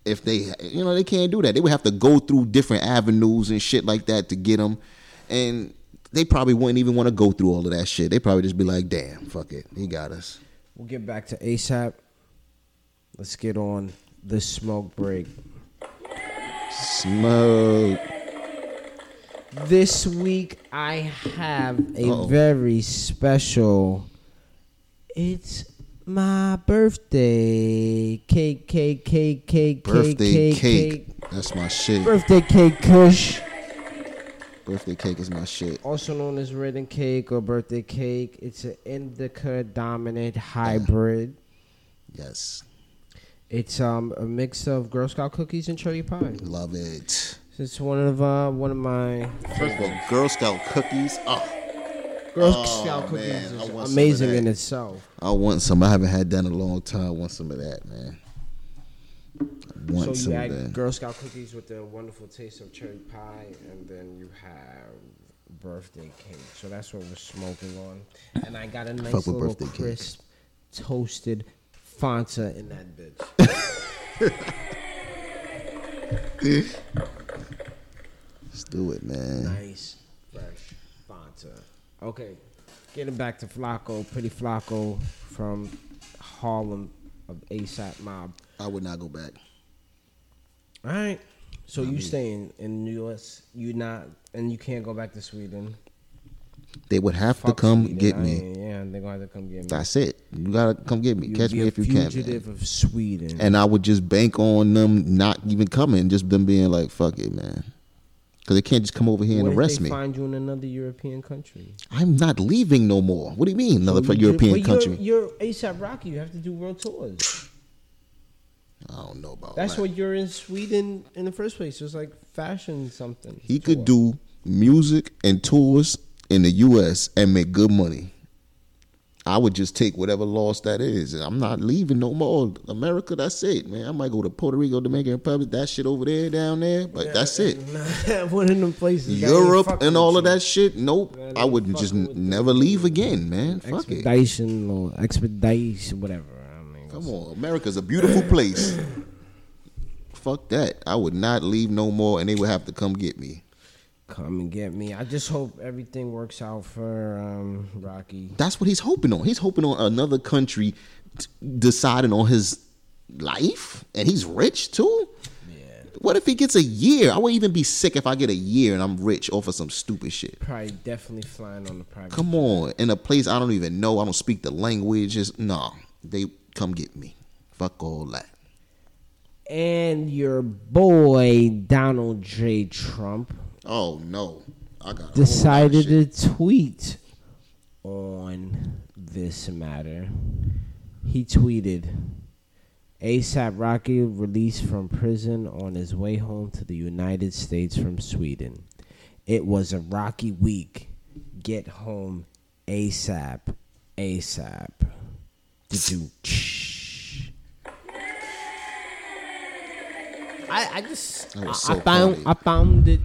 If they, you know, they can't do that. They would have to go through different avenues and shit like that to get him. And they probably wouldn't even want to go through all of that shit. They probably just be like, damn, fuck it. He got us. We'll get back to ASAP. Let's get on the smoke break. Smoke. This week I have a Uh-oh. very special. It's my birthday cake, cake, cake, cake, Birthday cake, cake, cake. That's my shit. birthday cake, Kush. Birthday cake is my shit. also known as red and cake or birthday cake. It's an indica dominant hybrid. Yes. It's um, a mix of Girl Scout cookies and cherry pie. Love it. It's one of uh, one of my Well, Girl Scout cookies. Oh, Girl Oh, Scout cookies man, I want some is of amazing that. in itself. I want some. I haven't had that in a long time. I want some of that, man. I want so some you of add that. Girl Scout cookies with the wonderful taste of cherry pie, and then you have birthday cake. So that's what we're smoking on. And I got a nice with little birthday cake. crisp toasted Fanta in that bitch. Let's do it, man. Nice, fresh Fanta. Okay, getting back to Flacco, Pretty Flacco from Harlem of ASAP Mob. I would not go back. All right, so you staying in the U.S. You not, and you can't go back to Sweden. They would have Fuck to come Sweden. get I me. ain't- Yeah, they're gonna have to come get me. That's it. You gotta come get me. You'll Catch be me a if you can. man. Fugitive of Sweden. And I would just bank on them not even coming, just them being like, "Fuck it, man," because they can't just come over here What and if arrest they me. Find you in another European country. I'm not leaving no more. What do you mean, another Well, you- European well, country? You're, you're ASAP Rocky. You have to do world tours. I don't know about That's that. why you're in Sweden in the first place. It was like fashion something. He could do music and tours in the U.S. and make good money. I would just take whatever loss that is. I'm not leaving no more. America, that's it, man. I might go to Puerto Rico, Dominican Republic, that shit over there, down there, but that's it. One of them places. that ain't Europe fucking and all with of that shit, nope. ain't I would just fucking with n- never leave again, man. you. Fuck it. Expedition or expedition, whatever. I mean, Come on, America's a beautiful place. Fuck that. I would not leave no more, and they would have to come get me. come and get me. I just hope everything works out for um, Rocky. That's what he's hoping on. He's hoping on another country t- deciding on his life, and he's rich too. What if he gets a year? I would even be sick if I get a year and I'm rich off of some stupid shit. Probably definitely flying on the private. Come on, in a place I don't even know, I don't speak the language. Just nah, they come get me. Fuck all that. And your boy Donald J. Trump Oh no, I got a decided whole lot of shit. to tweet on this matter. He tweeted ASAP Rocky released from prison on his way home to the United States from Sweden. It was a rocky week. Get home ASAP. ASAP. Doo-doo. I, I just That was I, so I found funny. I found it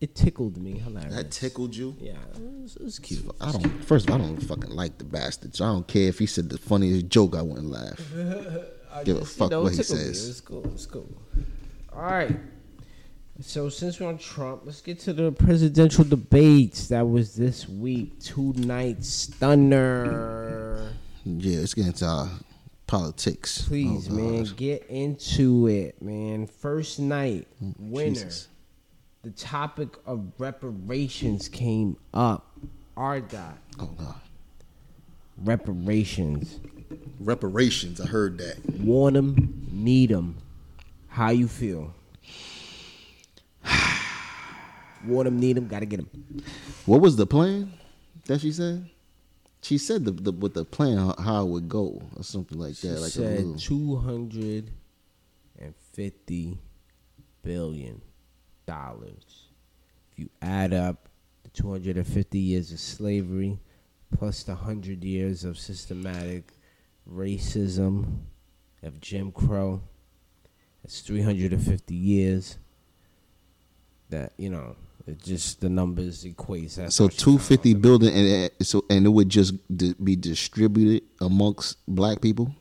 it tickled me. Hilarious. That tickled you? Yeah, it's, it's cute. I don't. First of all, I don't fucking like the bastards. I don't care if he said the funniest joke. I wouldn't laugh. Give a fuck what he says. It's cool. It's cool. All right. So since we're on Trump, let's get to the presidential debates that was this week. Two nights stunner. Yeah, let's get into our politics. Please, Oh, man, God. get into it, man. First night winner. Mm, Jesus. The topic of reparations came up. R dot Oh God. reparations. Reparations. I heard that. Want 'em, need 'em. How you feel? Want 'em, need 'em, gotta get 'em. What was the plan that she said? She said the, the with the plan how- how it would go or something like She that. Like a said little- 250 billion dollars. If you add up the 250 years of slavery plus the 100 years of systematic racism of Jim Crow, it's 350 years. That, you know, it just the numbers equates. That's so how she two fifty found out. building and and- so and it would just di- be distributed amongst black people.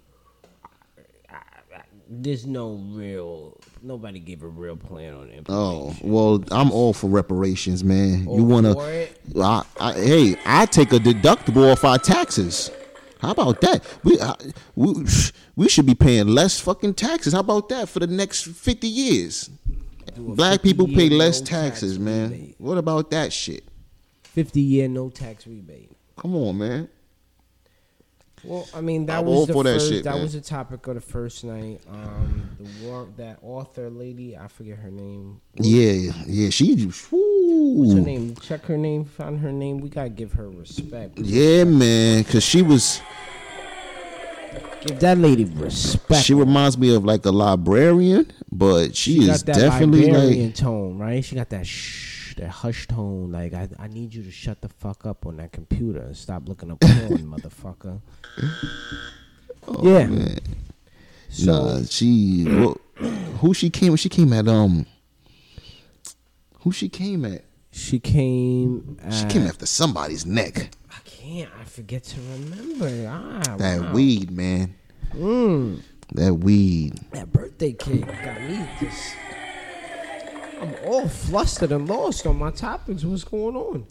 There's no real, nobody gave a real plan on it. Oh well, I'm all for reparations, man. you All wanna? for it? I, I, hey, I take a deductible off our taxes. How about that? We I, we we should be paying less fucking taxes. How about that for the next fifty years? Do a Black people pay 50-year less no taxes, tax man. rebate. What about that shit? 50 year no tax rebate. Come on, man. Well, I mean that I'm all was the for that first, that, shit, man. was the topic of the first night. Um, the war, that author lady, I forget her name. Yeah, yeah. She. What's her Woo. name? Check her name. Find her name. We gotta give her respect. Yeah, man. Cause she was. Give that lady respect. She reminds me of like a librarian, but she, She is got that definitely librarian like. tone, right? She got that shh, that hush tone. Like I, I need you to shut the fuck up on that computer and stop looking up porn, motherfucker. yeah. So Oh, nah, she. wh- who she came? She came at um. Who she came at? she came. At, She came after somebody's neck. I can't. I forget to remember. Ah, That wow. weed, man. Mm, That weed. that birthday cake got me just. I'm all flustered and lost on my topics. What's going on?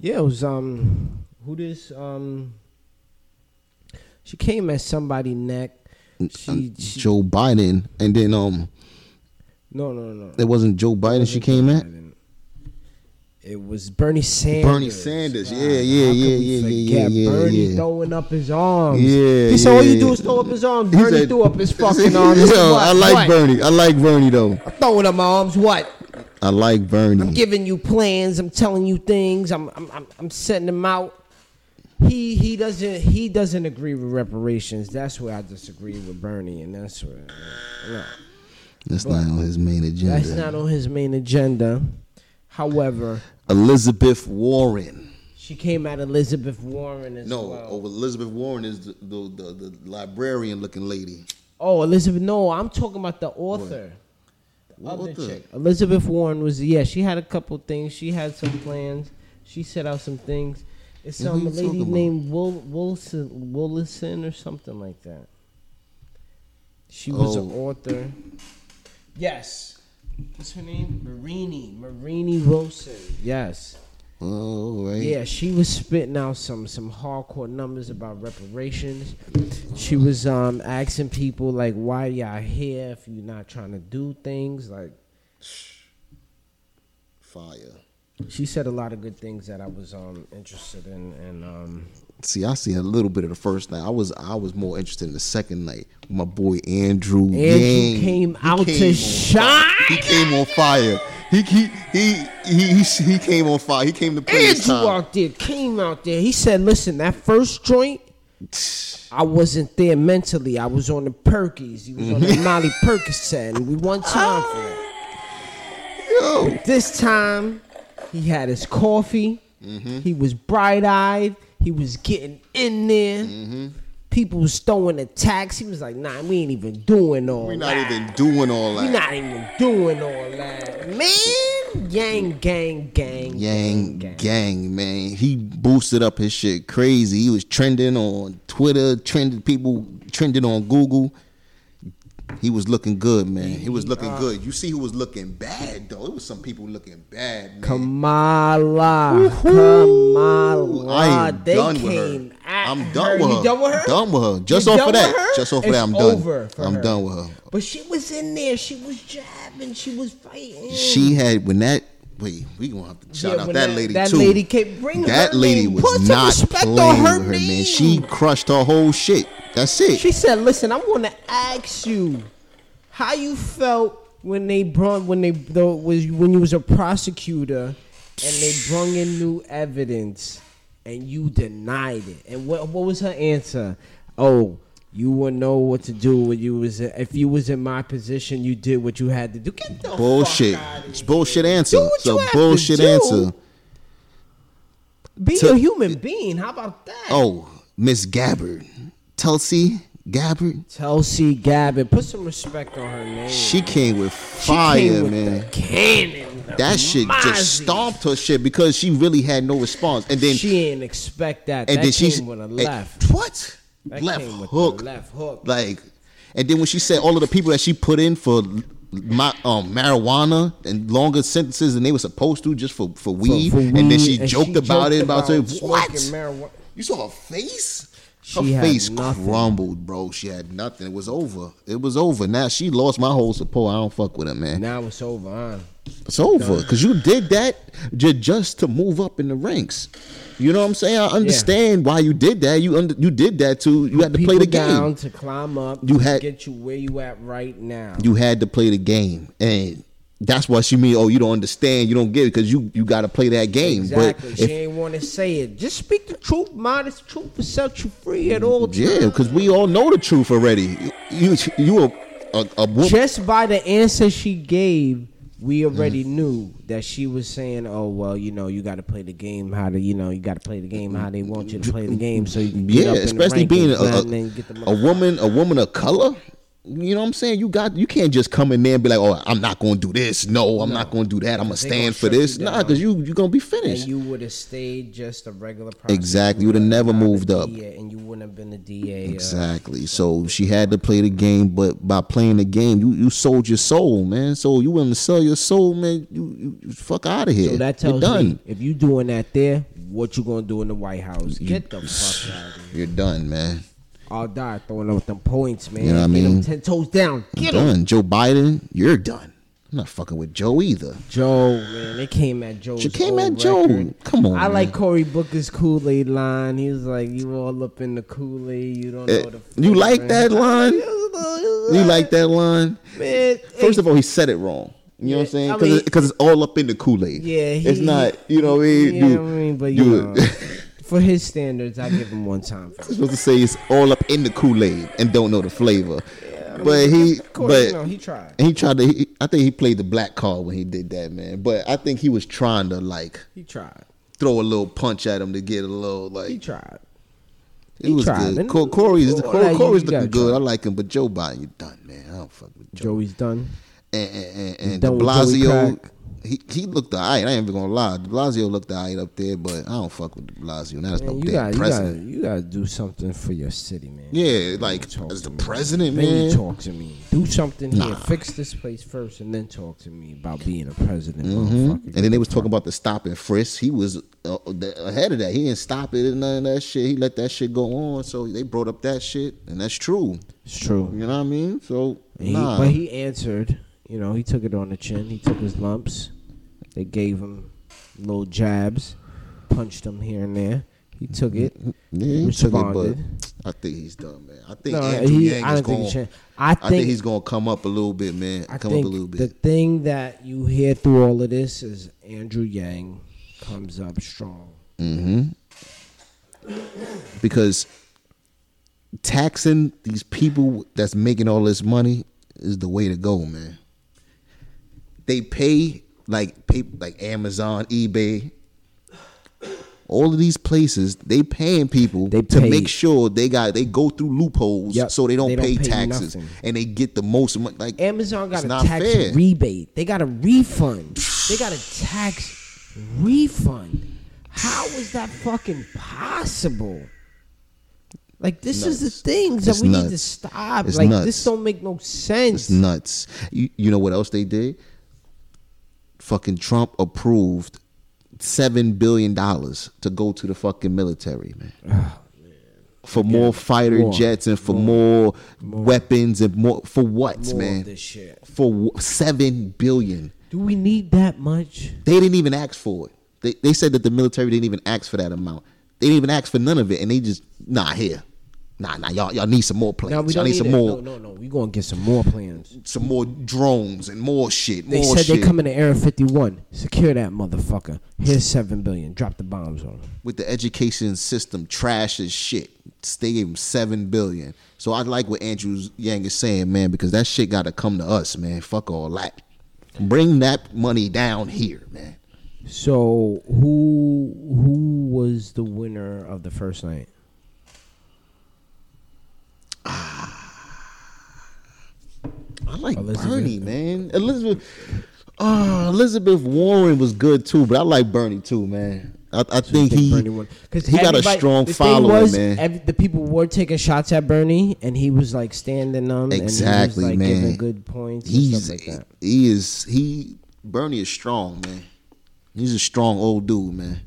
Yeah, it was um, who this um. She came at somebody neck. She, she Joe Biden, and then um, no no no. it wasn't Joe Biden. She came at. It was Bernie Sanders. Bernie Sanders. God, Yeah, yeah, how could we yeah, yeah, yeah, forget yeah, yeah, Bernie yeah. throwing up his arms. Yeah, He said all you yeah. do is throw up his arms. He Bernie said- threw up his fucking arms. Yo, What? I like What? Bernie. I like Bernie though. I'm throwing up my arms. What? I like I'm Bernie. giving you plans. I'm telling you things. I'm I'm I'm, I'm setting them out. He he doesn't he doesn't agree with reparations. That's where I disagree with Bernie, and that's where no, That's not on his main agenda. that's not on his main agenda. However, Elizabeth Warren. she came at Elizabeth Warren as No, well. oh, Elizabeth Warren is the the, the, the librarian looking lady. Oh, Elizabeth. No, I'm talking about the author. The What other author? chick. Elizabeth Warren was yeah. She had a couple things. She had some plans. She set out some things. It's Who some you lady talking about? named Wil- Wilson Willison or something like that. She was an Oh. author. Yes. What's her name? Marini. Marini Wilson. Yes. Oh, right. Yeah, she was spitting out some some hardcore numbers about reparations. She was um asking people like, "Why y'all here if you're not trying to do things?" Like Fire. she said a lot of good things that I was um interested in, and um See, I seen a little bit of the first night. I was I was more interested in the second night. My boy Andrew. Andrew Andrew came out to shine. He came on fire. He he he he he, he came on fire. He came to play his Andrew time. out there came out there. He said, "Listen, that first joint." I wasn't there mentally. I was on the Perkies. He was on the Mm-hmm. Molly Percocet. and We won time for that. Ah. Yo, This time, he had his coffee. Mm-hmm. He was bright eyed. He was getting in there. Mm-hmm. People was throwing attacks. He was like, "Nah, we ain't even doing all we that. not even doing all we that. not even doing all that, man." Yang, gang, gang, Yang gang man, he boosted up his shit crazy. He was trending on Twitter, trending people, trending on Google. He was looking good, man. He was looking good. You see, who was looking bad though? It was some people looking bad, man. Kamala, Kamala. I am they done with came her. at I'm her. done with You her. done with her? Done with her. Just You off done of with that. her? Just off of It's that. I'm over done. for I'm her. done with her. But she was in there. She was jabbing. She was fighting. She had when that. Wait, we gonna have to shout Yeah, out when that, that- lady that too. lady came- bring that her lady name. was Put some not respect on playing her with her, man. name. She crushed her whole shit. That's it. She said, "Listen, I want to ask you how you felt when they brought when they the, was when you was a prosecutor and they brung in new evidence and you denied it. And what what was her answer? Oh." You wouldn't know what to do when you was if you was in my position. You did what you had to do. Get the bullshit. Fuck outta here. It's bullshit answer. Do what It's you a have to bullshit do. answer. Be To- a human being. How about that? Oh, Miss Gabbard, Tulsi Gabbard. Tulsi Gabbard, put some respect on her name. She came with She came fire, with man. the cannon. the That shit just Mozzies. stomped her shit because she really had no response. And then she didn't expect that. and that then came she's with a and- left. what? That left came with a hook. left hook. Like, and then when she said all of the people that she put in for my um, marijuana and longer sentences than they were supposed to just for for weed, for and then weed, she and joked she about joked it about, about saying, smoking what? marijuana." You saw her face. She her had face nothing. crumbled, bro. She had nothing. It was over. It was over. Now she lost my whole support. I don't fuck with her, man. Now it's over. Huh? It's over because you did that ju- just to move up in the ranks. You know what I'm saying? I understand why you did that. You under, you did that too. You had to play People the down game. to climb up. You to had- get you where you at right now. You had to play the game, and that's why she mean. Oh, you don't understand. You don't get it because you you got to play that game. exactly. But She if, ain't want to say it. Just speak the truth, Modest truth will set you free at all times. yeah, because we all know the truth already. You you, you a a, a wo- just by the answer she gave, we already Mm. knew that she was saying, "Oh well, you know, you got to play the game how to, you know, you got to play the game how they want you to play the game." So you can get yeah, up in the especially being a, rankings, a, and then get the a woman, a woman of color. You know what I'm saying? You got you can't just come in there and be like, "Oh, I'm not going to do this. No, I'm not going to do that. I'm gonna gonna stand for shut you this." Nah, down. because you you gonna be and finished. you would have stayed just a regular person. Exactly. You would have never moved up. and you wouldn't have been a DA. uh, Exactly. So she had to play the game, but by playing the game, you you sold your soul, man. So you willing to sell your soul, man? You, you, you fuck out of here. So that tells You're done. me if you doing that there, what you gonna do in the White House? Get the fuck out of here. You're done, man. I'll die throwing up them points, man. You know what I Get 'em mean? ten toes down. You're Get 'em. done. Joe Biden, you're done. I'm not fucking with Joe either. Joe, man, they came at Joe. She came at Joe. Come on, I man. like Cory Booker's Kool Aid line. He was like, "You all up in the Kool Aid. You don't know Eh, the." you like flavor." that line? You You like that line? man? First hey, of all, he said it wrong. You know what I'm Yeah, saying? I Because mean- it's all up in the Kool Aid. Yeah, he- it's not. You know what I mean? yeah, Dude, I mean, but you dude, know, for his standards, I give him one time. supposed to say it's all up in the Kool Aid and don't know the flavor. But he, Of course, but no, he tried. and he tried to. He, I think he played the black card when he did that, man. But I think he was trying to like He tried. throw a little punch at him to get a little He like. tried. It was tried. good. And- Cor- Corey's Cor- Cor- like, you- Corey's you gotta looking good. try. I like him, but Joe Biden, you done, man. I don't fuck with Joe. Joey's done. And and, and, and De done with Joey Blasio, Crack. he he looked alright. I ain't even gonna lie. De Blasio looked alright up there, but I don't fuck with De Blasio. Now it's no Man, you damn got you got president. you got to do something for your city, man. yeah, like talk as to the me. president, Then man. you talk to me. Do something here. Fix this place first, and then talk to me about being a president. Mm-hmm. And motherfucker. then they was talking about the stop and frisk. He was uh, the- ahead of that. He didn't stop it and none of that shit. He let that shit go on. So they brought up that shit, and that's true. It's true. You know what I mean? So He, nah, But he answered. You know, he took it on the chin. He took his lumps. They gave him little jabs, punched him here and there. He took it. yeah, he took it, but responded. I think he's done, man. I think No, Andrew he- Yang I is don't think he going. should. I I think think he's gonna come up a little bit, man. I come think up a little bit. the thing that you hear through all of this is Andrew Yang comes up strong. because taxing these people that's making all this money is the way to go, man. They pay like pay, like Amazon, eBay, all of these places. They paying people They to pay- make sure they got they go through loopholes Yep, so they don't, they don't pay, pay taxes nothing. and they get the most money. Like Amazon got it's a not tax fair. rebate. They got a refund. They got a tax refund. How is that fucking possible? Like this is the Nuts. things that It's we need to nuts. stop. It's like nuts. this don't make no sense. It's nuts. You, you know what else they did? Fucking Trump approved seven billion dollars to go to the fucking military, man. Oh, For more fighter More. jets and for more, weapons and more for what, More of man? this shit. For wh- seven billion. Do we need that much? They didn't even ask for it. They they said that the military didn't even ask for that amount. They didn't even ask for none of it, and they just nah here, nah nah y'all y'all need some more planes. Now we y'all don't need, need some it. more No, no, no. We gonna get some more plans. some more drones and more shit. They more said shit. they coming to Area 51. Secure that motherfucker. Here's seven billion. Drop the bombs on him. with the education system trash as shit. They gave him seven billion. So I like what Andrew Yang is saying, man, because that shit got to come to us, man. Fuck all that. Bring that money down here, man. So who who was the winner of the first night? I like Elizabeth- Bernie, man. Elizabeth, ah, Elizabeth Warren was good too, but I like Bernie too, man. I, I think he because he got a strong following, man. the people were taking shots at Bernie, and he was like standing them. Exactly, and he was, like, man. Giving good points. and he's stuff like that. he is he Bernie is strong, man. He's a strong old dude, man.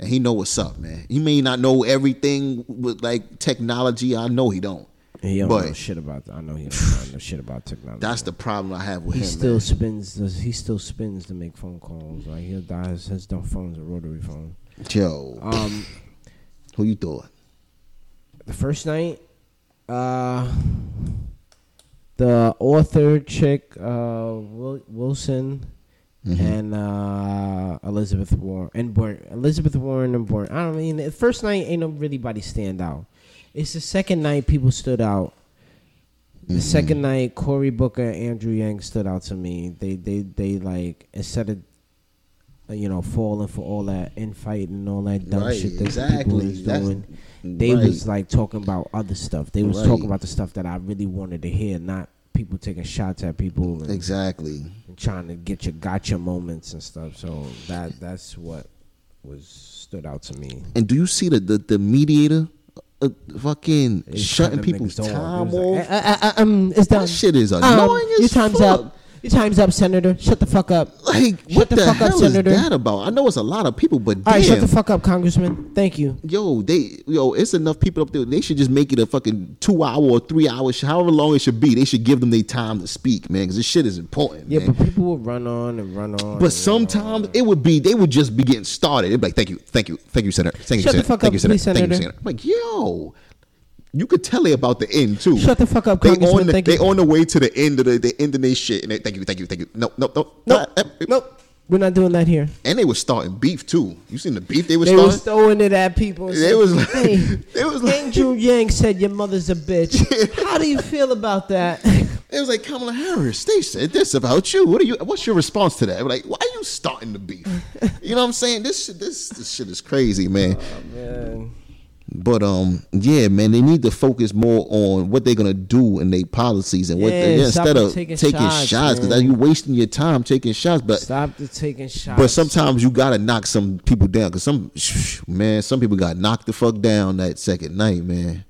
And he know what's up, man. He may not know everything with like technology. I know he don't. He don't but know shit about. I know he don't know shit about technology. that's the problem I have with he him. still man. spins. The, he still spins to make phone calls. Like he'll die. His, his dumb phone's a rotary phone. Yo, Um, who you thought? the first night, uh, the author chick, uh, Wil- Wilson, Mm-hmm. and uh, Elizabeth Warren and Born. Elizabeth Warren and Born. I don't mean the first night ain't no really body stand out. It's the second night people stood out. The Mm-hmm. second night, Cory Booker, Andrew Yang stood out to me. They they they like instead of uh, you know falling for all that infighting and all that dumb Right, shit that people exactly. was That's- doing. They Right. was like talking about other stuff. They was Right. talking about the stuff that I really wanted to hear, not people taking shots at people and, Exactly. and trying to get your gotcha moments and stuff. So that that's what was stood out to me. And do you see the the, the mediator, uh, fucking They shutting cutting people's niggas' door. It time was like, off? uh, uh, uh, um, it's done. That shit is Um, annoying as your time's fuck. up. Your time's up, Senator. Shut the fuck up. Like Shut what the the, fuck up, hell is Senator. that about? I know it's a lot of people, but All right, damn. shut the fuck up, Congressman. Thank you. yo, they yo, it's enough people up there. They should just make it a fucking two hour or three hours, however long it should be. They should give them their time to speak, man, because this shit is important. Yeah, man. but people will run on and run on. But sometimes it would be they would just be getting started. It'd be like, thank you, thank you, thank you, senator, thank you, Shut the senator, fuck thank up, you, senator, please, thank you, Senator. senator. I'm like, yo, you could tell they about the end too. Shut the fuck up, They Congressman, on the, thank they you. on the way to the end of the, the end of their shit, and they, thank you, thank you, thank you. No, no, no, no, Nope. no. We're not doing that here. And they were starting beef too. You seen the beef they were They starting? was throwing it at people. and They said, was like- hey, they was like- Andrew Yang said your mother's a bitch. How do you feel about that? it was like Kamala Harris. They said this about you. What are you? What's your response to that? Like, why are you starting the beef? you know what I'm saying? This shit, this, this shit is crazy, man. But um, yeah, man, they need to focus more on what they're gonna do in their policies and what Yeah, they, yeah, stop instead of taking taking, shots, shots man. because you wasting your time taking shots. But Stop the taking shots. but sometimes you gotta knock some people down because some man, some people got knocked the fuck down that second night, man.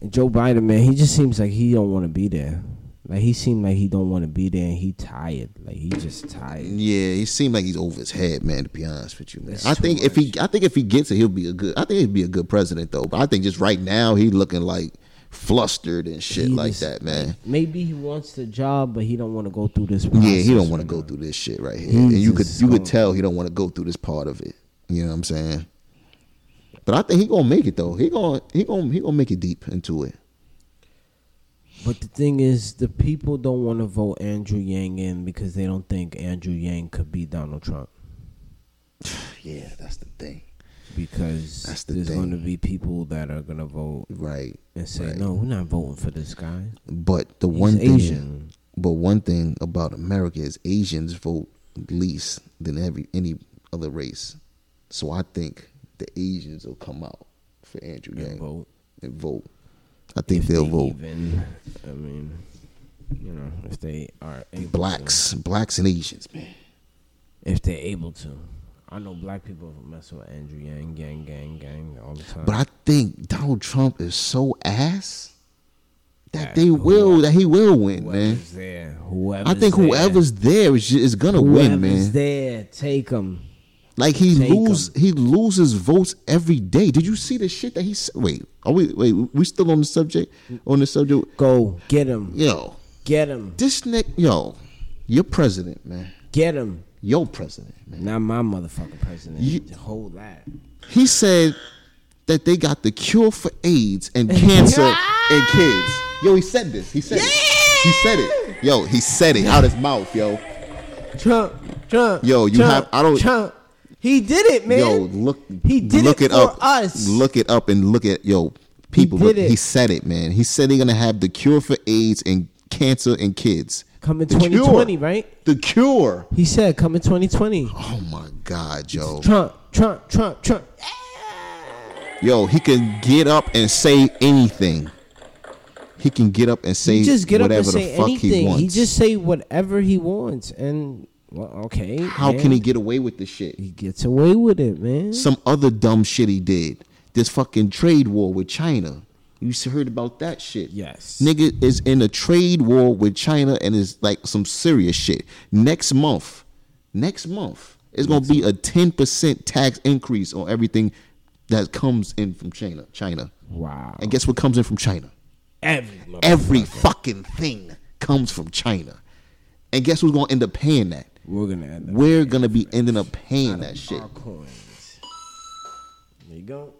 And Joe Biden, man, he just seems like he don't want to be there. Like he seemed like he don't want to be there, and he tired. Like he just tired. Yeah, he seemed like he's over his head, man. To be honest with you, man, That's I too think if he, I think if he gets it, he'll be a good. I think he'd be a good president though. But I think just right now he looking like flustered and shit He like just- that, man. Maybe he wants the job, but he don't want to go through this. Process Yeah, he don't want right to go now. through this shit right here, He and you could just you could gonna- tell he don't want to go through this part of it. You know what I'm saying? But I think he gonna make it though. He gonna he gonna he gonna make it deep into it. But the thing is, the people don't want to vote Andrew Yang in because they don't think Andrew Yang could be Donald Trump. Yeah, that's the thing. Because That's the there's thing. going to be people that are going to vote Right. and say, Right. "No, we're not voting for this guy." But the He's one thing, Asian. but one thing about America is Asians vote least than every any other race. So I think the Asians will come out for Andrew And Yang vote. and vote. I think If they'll they vote. Even, I mean, you know, if they are able to. Blacks, blacks and Asians, man. if they're able to. I know black people mess with Andrew Yang, gang, gang, gang all the time. But I think Donald Trump is so ass that That they will, whoever- that he will win, man. Oh, whoever's there, whoever I think whoever's there is, is gonna win, man. there, take them. Like he Take lose, he loses votes every day. Did you see the shit that he said? Wait, are we wait? We still on the subject? On the subject? Go get them, Yo, get them, this neck, yo, your president, man, get them. your president, man. Not my motherfucking president. You- Hold that. He said that they got the cure for AIDS and cancer in kids. Yo, he said this. He said it. He said it. Yo, he said it out his mouth, yo. Trump, Trump. Yo, you Trump, have- I don't- Trump. He did it, man. Yo, look. He did look it, it, for up. us. Look it up and look at yo people. did Look, it. he said it, man. He said they're gonna have the cure for AIDS and cancer in kids. Come in The cure. 2020, right? The cure. He said, "Come in 2020." Oh my God, yo, Trump, Trump, Trump, Trump. yo, he can get up and say anything. He can get up and say He just get up whatever and say the fuck anything. he He, wants. just say whatever he wants, and well, okay. How man. can he get away with this shit? He gets away with it, man. Some other dumb shit he did. This fucking trade war with China. You s- heard about that shit? Yes. nigga is in a trade war with China and it's like some serious shit. Next month, next month, it's gonna be a ten percent tax increase on everything that comes in from China. China. Wow. And guess what comes in from China? Every mother- Every fucking thing comes from China. And guess who's gonna end up paying that? we're gonna end up We're gonna be ending up paying that shit our coins. There you go.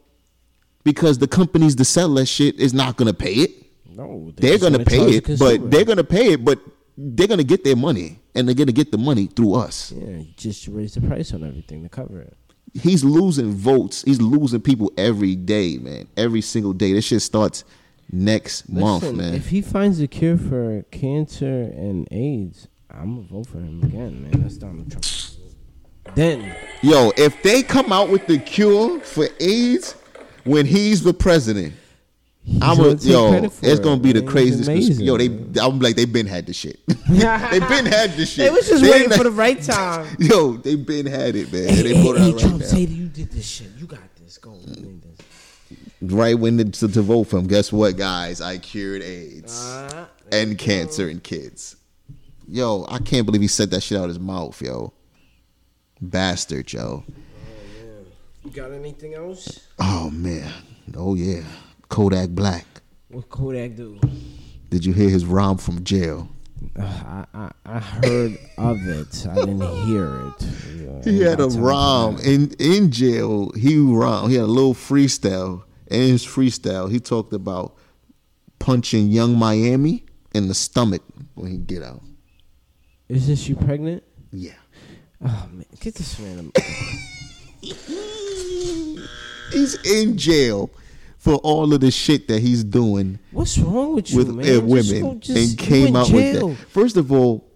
because the companies that sell that shit is not gonna pay it. No, they're just gonna, pay charge it, the consumer. but they're gonna pay it, but they're gonna get their money, and they're gonna get the money through us. yeah, you just raise the price on everything to cover it. He's losing votes. He's losing people every day, man. Every single day. This shit starts next month, Listen, man. If he finds a cure for cancer and AIDS, I'm gonna vote for him again, man. That's Donald Trump. Then Yo, if they come out with the cure for AIDS when he's the president, I'm gonna a, take yo. credit for It's it, gonna be man. the He's craziest. cons- amazing, yo, they man. I'm like they been had this shit. they been had this shit. They was just They waiting not- for the right time. Yo, they been had it, man. Hey, they hey, put it hey, out right Trump, now. say that you did this shit. You got this. Go. You did this. right when the, to, to vote for him. Guess what, guys? I cured AIDS and cancer in kids. Yo, I can't believe he said that shit out of his mouth, yo. Bastard, yo. You got anything else? Oh man. Oh yeah. Kodak Black. What Kodak do? Uh, Did you hear his rhyme from jail? I, I I heard of it. I didn't hear it. Yeah, He ain't had a got time for rhyme that. in in jail. He rhymed. He had a little freestyle. In his freestyle, he talked about punching young Miami in the stomach when he get out. Is this you pregnant? Yeah. Oh man, get this man. He's in jail for all of the shit that he's doing What's wrong with you, with man? and Just go- women just- and came you in out jail. with that. First of all,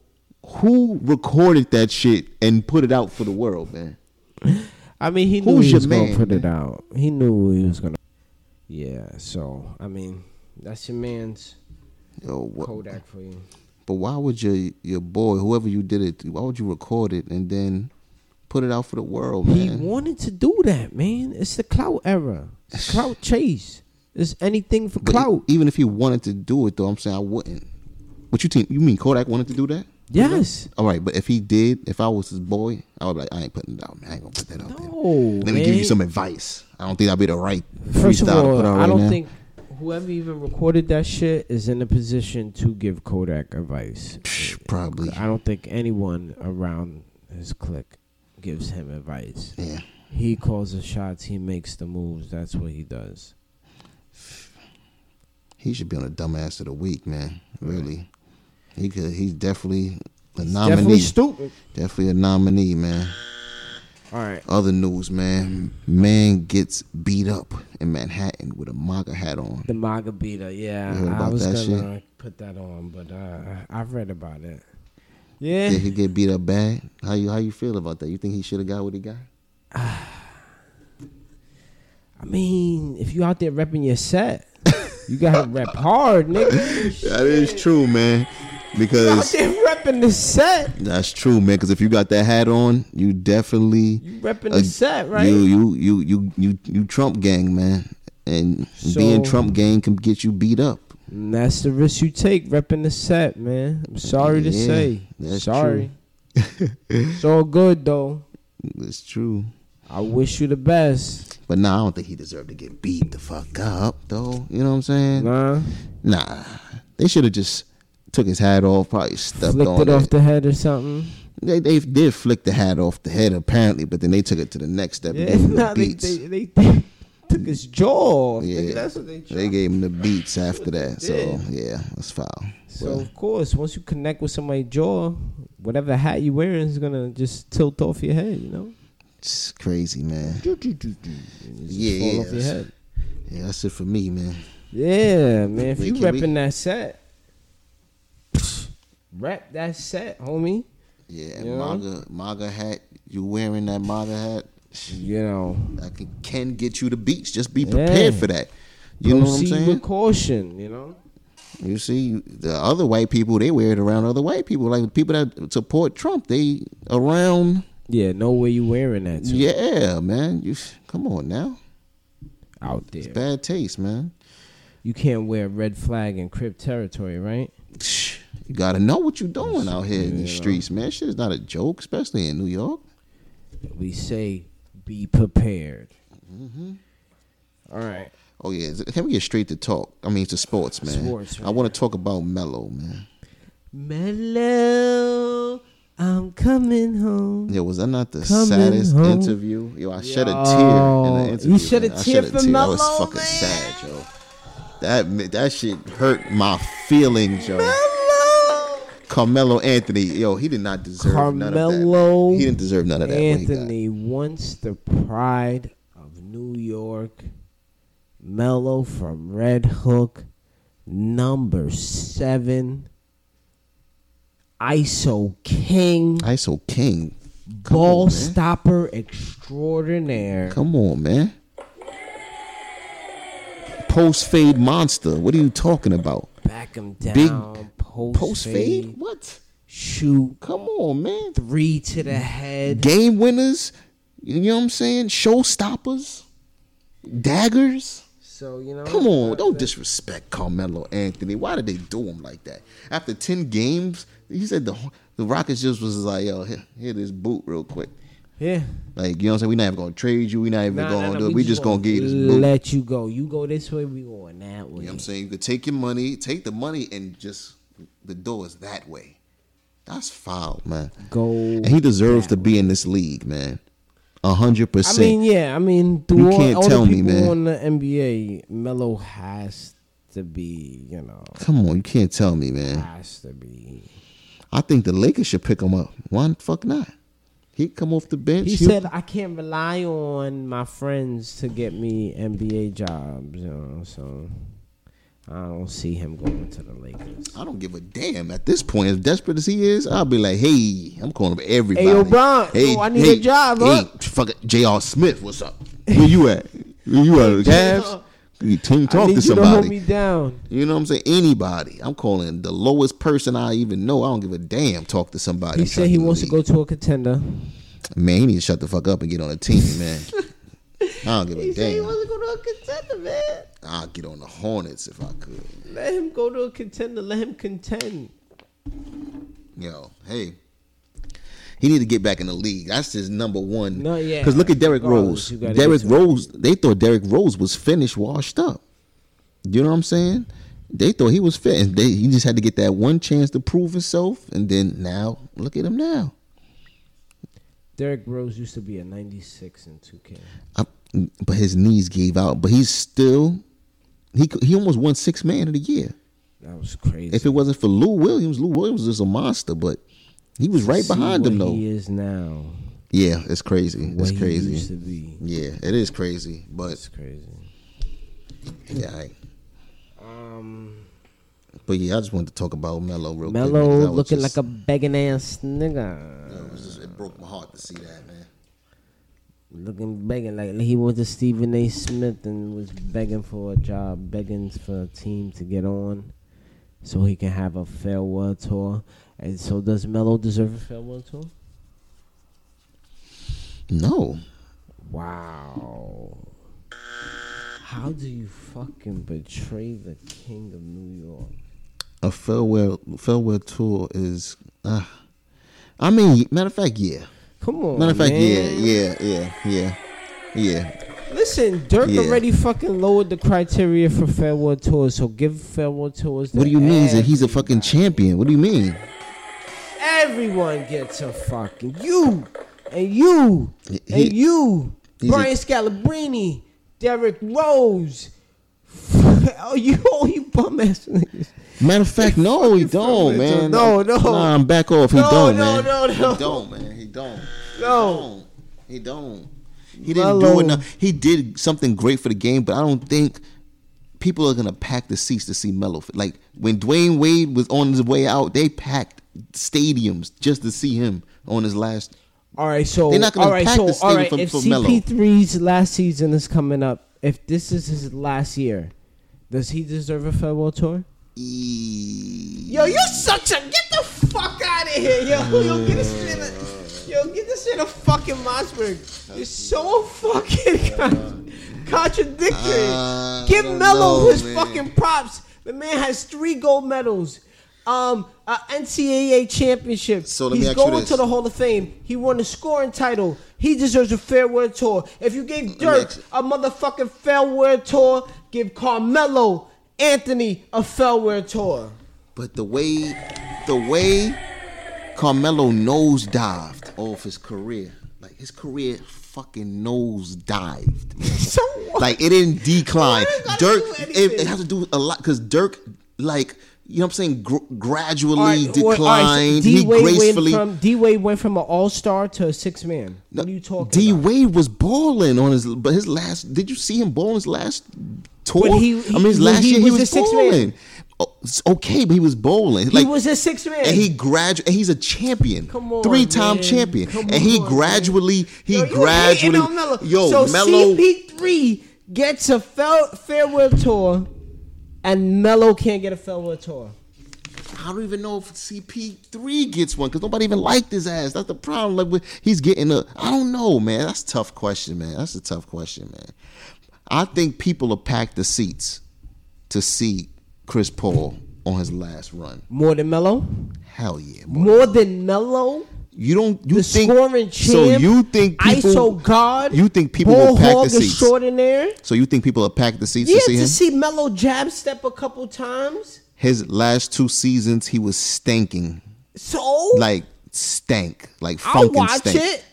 who recorded that shit and put it out for the world, man? I mean, he knew Who's he your was gonna man, put it out. He knew he was gonna. Yeah, so I mean, that's your man's Yo, wha- Kodak for you. But why would your your boy, whoever you did it, to, why would you record it and then put it out for the world, He man? wanted to do that, man. It's the clout era. It's clout chase. It's anything for But e- clout. even if he wanted to do it, though, I'm saying I wouldn't. What you think? You mean Kodak wanted to do that? Yes. All right, but if he did, if I was his boy, I would be like, I ain't putting it out, man. I ain't gonna put that out there. No. Let me give you man. some advice. I don't think that'd be the right First of freestyle to all, put out I right don't now. think whoever even recorded that shit is in a position to give Kodak advice. Psh, probably. I don't think anyone around his clique gives him advice. Yeah. He calls the shots. He makes the moves. That's what he does. He should be on the dumbass of the week, man. Really. He could he's definitely a nominee. Definitely stupid. definitely a nominee, man. All right. Other news, man. Man gets beat up in Manhattan with a MAGA hat on. The MAGA beater, yeah. You heard I about was that gonna put that on, but uh, I've read about it. Yeah, Did he get beat up bad? How you how you feel about that? You think he should have got what he got? I mean, if you out there repping your set, you gotta rep hard, nigga. That is true, man. out Because there repping the set, that's true, man. Because if you got that hat on, you definitely you repping Uh, the set, right? You you you you you you Trump gang, man. And being So- Trump gang can get you beat up. And that's the risk you take repping the set, man. I'm sorry to Yeah, say, that's sorry. it's all good though. It's true. I wish you the best. But nah, I don't think he deserved to get beat the fuck up though. You know what I'm saying? Nah, Nah. They should have just took his hat off, probably stepped flicked on it off the head or something. They they did flick the hat off the head apparently, but then they took it to the next step and Yeah, gave him the nah, they, beats. they, they, they took his jaw. off, nigga. Yeah. that's what they. Tried. They gave him the beats after that. So Yeah. yeah, that's foul. So of course, once you connect with somebody's jaw, whatever hat you wearing is gonna just tilt off your head, you know. It's crazy, man. And it just Yeah, fall yeah, off your that's- head. Yeah, that's it for me, man. Yeah, man. If Wait, you can we- repping that set, rep that set, homie. Yeah, You know? MAGA MAGA hat. You wearing that MAGA hat? You know, I can, can get you the beats. Just be prepared Yeah. for that. You know what I'm proceed saying? With caution, you know. You see, the other white people they wear it around other white people. Like the people that support Trump, they around. Yeah, know where you wearing that to Yeah, man. You come on now. out there. Bad taste, man. You can't wear a red flag in crib territory, right? You gotta know what you're doing out here in Yeah. the streets, man. Shit is not a joke, especially in New York. We say be prepared. Mm-hmm. All right. Oh yeah, Is it- can we get straight to talk? I mean, to sports, man. Sports, I want to talk about Melo, man. Mellow, I'm coming home. Yo, was that not the Coming saddest home. interview? Yo, I shed a tear in Yo, the you interview. shed a man. I tear for That was Melo, fucking man? sad, yo. That ma- that shit hurt my feelings, yo. Carmelo Anthony, yo, he did not deserve none of that. Carmelo man. He didn't deserve none of that. when he got- Anthony wants the pride of New York. Mello from Red Hook, number seven. ISO King, ISO King. Come ball on, man. stopper extraordinaire. Come on, man. Post fade monster. What are you talking about? Back him down. Big post, Post fade? fade. What? Shoot Come on, man. three to the head. Game winners. You know what I'm saying? Showstoppers. Daggers. So you know. Come on, don't disrespect Carmelo Anthony. Why did they do him like that? After ten games, he said the the Rockets just was like, yo, here, here this boot real quick. Yeah. Like you know what I'm saying? We not even gonna trade you. We not even Nah, gonna nah, nah, do it. We, just gonna, give you this boot. Let you go. You go this way. We going that way. You know what I'm saying? You could take your money, take the money, and just the door is that way. That's foul, man. Go. And he deserves to be in this league, man. A hundred I percent. mean, yeah. I mean, through You all, can't all tell the me, people man. on the NBA, Melo has to be. You know, Come on, you can't tell me, man. has to be. I think the Lakers should pick him up. Why the fuck not? He come off the bench. He he'll- said I can't rely on my friends to get me NBA jobs, you know, so I don't see him going to the Lakers. I don't give a damn at this point. As desperate as he is, I'll be like, hey, I'm calling up everybody. Hey, yo, Bron, yo, I need a job, huh? Hey, fuck it, J.R. Smith, what's up? Where you at? Where you at? Cavs? You team I talk need to you to hold me somebody. down. you know what I'm saying? Anybody. I'm calling the lowest person I even know. I don't give a damn. Talk to somebody. He I'm said trying he get wants to in the go to a contender. league. Man, he need to shut the fuck up and get on a team, man. I don't give a damn. to go to a contender, man. I'll get on the Hornets if I could. Let him go to a contender. Let him contend. Yo, hey. He need to get back in the league. That's his number one. No, yeah. Because look at Derrick Regardless, Rose. you gotta Derrick get to Rose, they thought Derrick Rose was finished, washed up. You know what I'm saying? They thought he was fit. And they, he just had to get that one chance to prove himself. And then now, look at him now. Derrick Rose used to be a 96 in 2K. I, but his knees gave out. But he's still, he, he almost won six man of the year. That was crazy. If it wasn't for Lou Williams, Lou Williams was a monster, but he was right See behind what him, though. He is now. Yeah, it's crazy. What It's he crazy. used to be. Yeah, it is crazy, but It's crazy. yeah, I, Um, but yeah, I just wanted to talk about Melo real quick. Mello man, 'cause I was looking just- like a begging ass nigga. It, was just- it broke my heart to see that man. Looking begging like he went to Stephen A. Smith and was begging for a job, begging for a team to get on, so he can have a farewell tour. And so, does Mello deserve a farewell tour? No, Wow. How do you fucking betray the king of New York? a farewell farewell tour is. Uh, I mean, matter of fact, yeah. Come on. Matter of fact, yeah, man. yeah, yeah, yeah, yeah. Listen, Dirk Yeah. already fucking lowered the criteria for farewell tours, so give farewell tours. to What do you mean that he's a everybody. fucking champion? What do you mean? Everyone gets a fucking you and you He- and you, he's a- Brian Scalabrine, Derek Rose. oh, you, all you bum ass niggas. Matter of fact, no, he Fucking farewell don't, tour. man. No, no. Nah, I'm back off. He No, don't, no, man. no, no. He don't, man. He don't. No. He don't. He didn't Mellow. do enough. He did something great for the game, but I don't think people are gonna pack the seats to see Melo. Like when Dwayne Wade was on his way out, they packed stadiums just to see him on his last. All right, so They're not gonna all right, pack so this all thing right. for- if for Melo. CP3's last season is coming up, if this is his last year, does he deserve a farewell tour? E- Yo, you such a get the fuck out of here, yo, yo, get this shit, in a, yo, get this shit a fucking Mossberg. You're so fucking con- contradictory. Uh, Give I don't Melo know, his man. fucking props. The man has three gold medals. Um, a NCAA championship. So let me He's ask you going this. to the Hall of Fame. He won a scoring title. He deserves a farewell tour. If you gave me Dirk ask- a motherfucking farewell tour, give Carmelo Anthony a farewell tour. But the way, the way Carmelo nose dived off his career, like his career fucking nose dived. So what? Like it didn't decline. Why does that Dirk, do it, anything? it has to do with a lot because Dirk, like you know, what I'm saying, gr- gradually All right, declined. well, all right, so he D-Wade gracefully. went from D Wade went from an all star to a six man. What are you talking D about? Wade was balling on his, but his last. Did you see him balling his last tour? But he- I mean, his he- last he year he was was, a sixth man. balling. Oh, it's okay, but he was bowling. He was a six man. and he graduated. He's a champion, Come on, three-time man. champion, Come and he on, gradually, he Yo, you hating gradually, on Melo. yo, so Melo, CP three gets a fel- farewell tour, and Mello can't get a farewell tour. I don't even know if CP3 gets one because nobody even liked his ass. That's the problem. Like, with- he's getting a. I don't know, man. That's a tough question, man. That's a tough question, man. I think people are packed the seats to see Chris Paul on his last run. More than Mello, Hell yeah. boy. more than Mello. You don't. You The think scoring champ. so? You think people? ISO God? You think people will Bull pack hog the seats? extraordinaire. So you think people are packed the seats Yeah, to see him? to see Mello jab step a couple times. his last two seasons, he was stinking, So like stank, like I'll funkin' watch stank. it.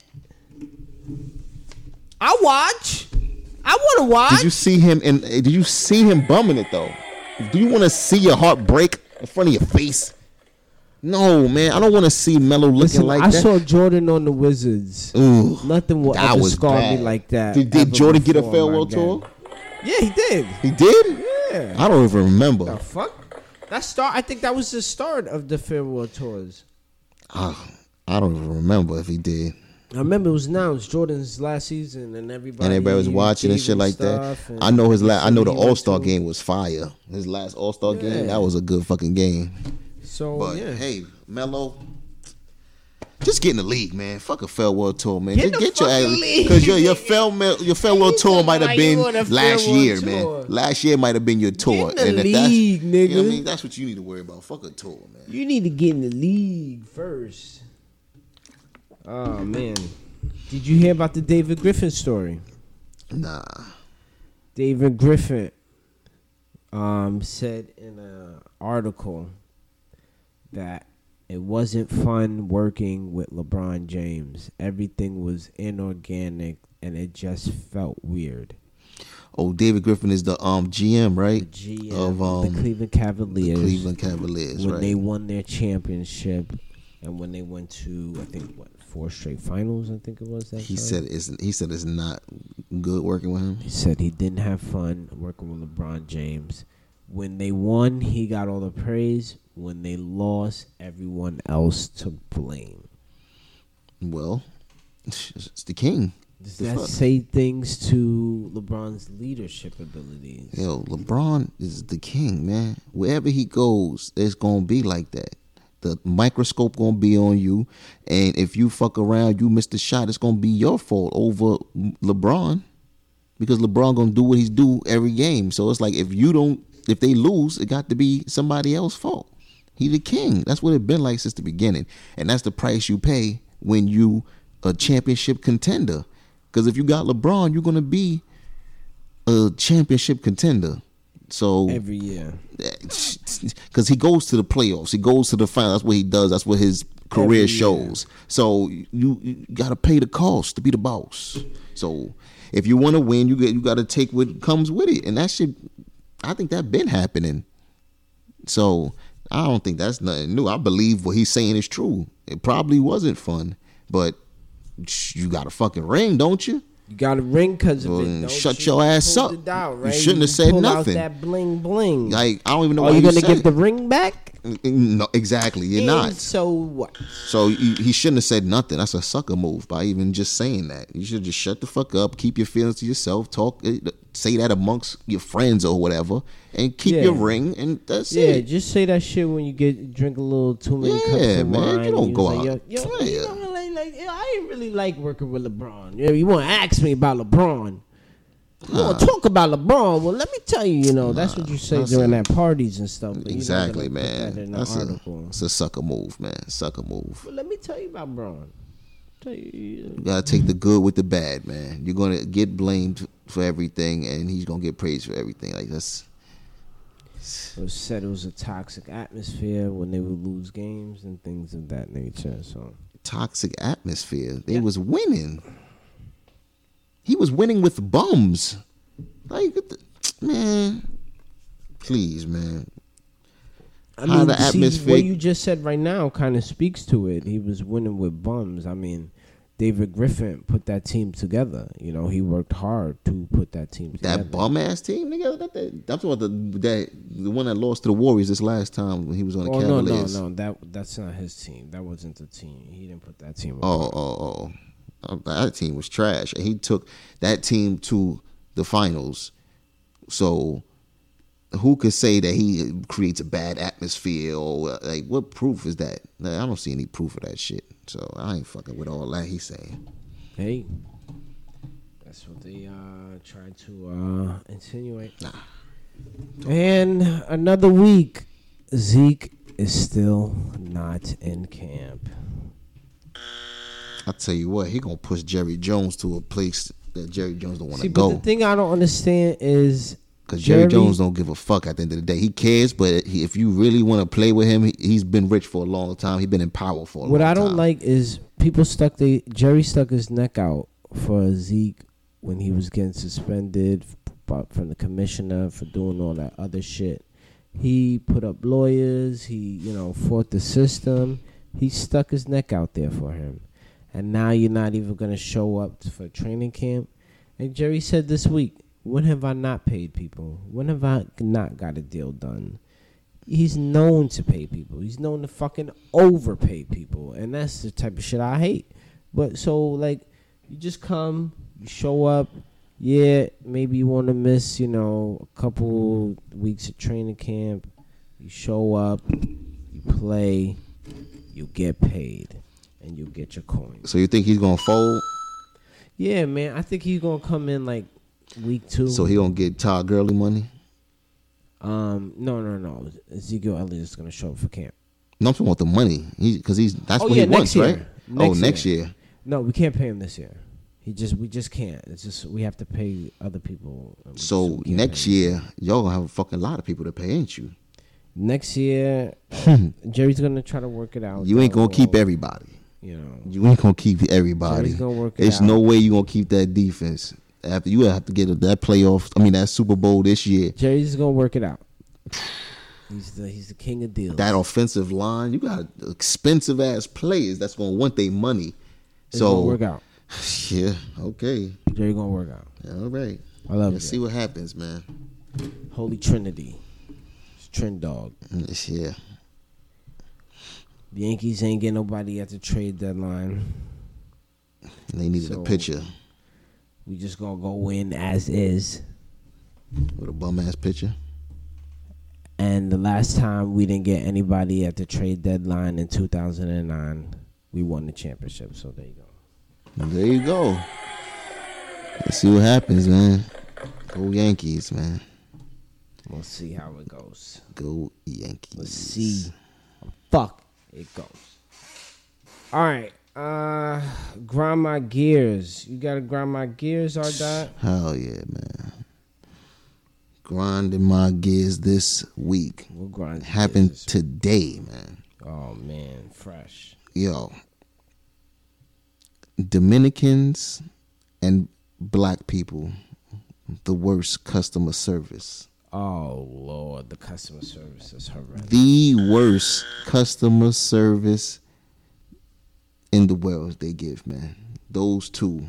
I watch. I want to watch. Did you see him? And did you see him bumming it though? Do you want to see your heart break in front of your face? No, man, I don't want to see Melo looking Listen, like I that. saw Jordan on the Wizards. Ooh, Nothing will that ever was scar bad. me like that. Did, did ever Jordan get a before, my farewell God. tour? Yeah, he did. He did. Yeah. I don't even remember. The fuck? That start. I think that was the start of the farewell tours. Ah, I don't even remember if he did. I remember it was announced Jordan's last season, and everybody And everybody was watching and shit like that. stuff, and I know his last. I know the he went All Star to- game was fire. His last All Star Yeah. game that was a good fucking game. So But yeah, hey, Melo, just get in the league, man. Fuck a farewell tour, man. Get in just the get your fucking ass league. because your your farewell your farewell You tour talking might have like been you on a last farewell year, tour. man. Last year might have been your tour, in the if that's- league, You know nigga. what I mean, that's what you need to worry about. Fuck a tour, man. you need to get in the league first. Oh man, did you hear about the David Griffin story? Nah, David Griffin um, said in an article that it wasn't fun working with LeBron James. Everything was inorganic and it just felt weird. oh David Griffin is the um GM, The right? GM of um the the Cleveland Cavaliers Cleveland Cavaliers, when right? they won their championship and when they went to I think what four straight finals I think it was that he time? said it's he said it's not good working with him. He said he didn't have fun working with LeBron James. When they won, he got all the praise. When they lost, everyone else took blame. Well, it's the king. Does The that fuck? say things to LeBron's leadership abilities? Yo, LeBron is the king, man. Wherever he goes, it's gonna be like that. The microscope gonna be on you, and if you fuck around, you miss the shot. It's gonna be your fault over LeBron, because LeBron gonna do what he's do every game. So it's like if you don't, if they lose, it got to be somebody else's fault. He the king. That's what it been like since the beginning, and that's the price you pay when you a championship contender. Because if you got LeBron, you're gonna be a championship contender. So Every year. because he goes to the playoffs, he goes to the final. That's what he does. That's what his Every career year. shows. So you, you got to pay the cost to be the boss. So if you want to win, you get you got to take what comes with it, and that should, I think that been happening. So I don't think that's nothing new. I believe what he's saying is true. It probably wasn't fun, but you got a fucking ring, don't you? You got a ring because of Well, it. don't shut you? your ass Pulled up. it out, You right? shouldn't have said pull out nothing. that bling bling. Like I don't even know. Are why you you gonna said give it. the ring back? No, exactly. You're And not. So what? So he, he shouldn't have said nothing. That's a sucker move by even just saying that. You should just shut the fuck up, keep your feelings to yourself, talk, eh, say that amongst your friends or whatever, and keep Yeah. your ring, and that's Yeah, it. just say that shit when you get drink a little too many cups Yeah, of man, you wine. don't was go like, out. Yo, yo, you Yeah. don't really like. yo, I ain't really like working with LeBron. You, know, you want to ask me about LeBron? You want to talk about LeBron? Well, let me tell you. You know, that's what you say that's during that parties and stuff. but you're not Exactly, gonna put man. That in the that's a, article. that's a sucker move, man. Sucker move. But let me tell you about LeBron. Tell you, You gotta take the good with the bad, man. You're gonna get blamed for everything, and he's gonna get praised for everything. Like that's it was said it was a toxic atmosphere when they would lose games and things of that nature. So toxic atmosphere. They Yeah. was winning. He was winning with bums. Like what the- man, please, man. I How mean, the see, atmosphere- what you just said right now kind of speaks to it. He was winning with bums. I mean, David Griffin put that team together. You know, he worked hard to put that team That together. bum ass team, nigga. That, that, I'm talking about the that the one that lost to the Warriors this last time when he was on the Oh no, no, Cavaliers. no! That that's not his team. That wasn't the team. He didn't put that team. Oh, oh, oh. That team was trash. And he took that team to the finals. So who could say that he creates a bad atmosphere or uh, like what proof is that? Like, I don't see any proof of that shit. So I ain't fucking with all that he's saying. Hey, that's what they uh, tried to uh, insinuate. And another week, Zeke is still not in camp. I tell you what, he gonna push Jerry Jones to a place that Jerry Jones don't want See, to but go. the thing I don't understand is Cause Jerry, Jerry- Jones don't give a fuck. At the end of the day, he cares. But he, if you really want to play with him, he, he's been rich for a long time. He's been in power for a long What time. I don't like is people stuck they Jerry stuck his neck out for Zeke when he was getting suspended f- by- from the commissioner for doing all that other shit. He put up lawyers. He, you know, fought the system. He stuck his neck out there for him. And now you're not even going to show up for training camp. And Jerry said this week, when have I not paid people? When have I not got a deal done? He's known to pay people. He's known to fucking overpay people. And that's the type of shit I hate. But so, like, you just come, you show up. Yeah, maybe you want to miss, you know, a couple weeks of training camp. You show up, you play, you get paid, and you get your coins. So you think he's gonna fold? Yeah, man, I think he's gonna come in like week two. So he gonna get Todd Gurley money? um, no, no, no. Ezekiel Elliott is gonna show up for camp. No, I'm talking about the money. He because he's that's Oh, what yeah, he next wants, year. right? oh, Next next year. year. No, we can't pay him this year. He just, we just can't. It's just we have to pay other people. We just- we So can't pay him. next year, y'all gonna have a fucking lot of people to pay, ain't you? Next year, Jerry's gonna try to work it out. You ain't gonna keep every. everybody. You know, You ain't gonna keep everybody. Jerry's Oh. gonna work it It's out. no way you gonna keep that defense. After you have to get that playoff, I mean that Super Bowl this year. Jerry's gonna work it out. He's the he's the king of deals. That offensive line, you got expensive ass players that's gonna want their money. It's gonna So work out. yeah, okay, Jerry gonna work out. all right. I love Let's it. see what happens, man. Holy Trinity, it's Trend Dog. Mm, Yeah, The Yankees ain't getting nobody at the trade deadline. they needed So- a pitcher We just gonna go in as is. with a bum ass pitcher. And the last time we didn't get anybody at the trade deadline in 2009, we won the championship. So there you go. There you go. Let's see what happens, man. Go Yankees, man. We'll see how it goes. Go Yankees. Let's see. Fuck it goes. All right. Uh grind my gears. You gotta grind my gears, R dot. Hell yeah, man. Grinding my gears this week. We'll grind gears Happened this- today, man. Oh man, fresh. Yo. Dominicans and black people, the worst customer service. Oh lord, the customer service is horrendous. The worst customer service in the world they give, man. Those two.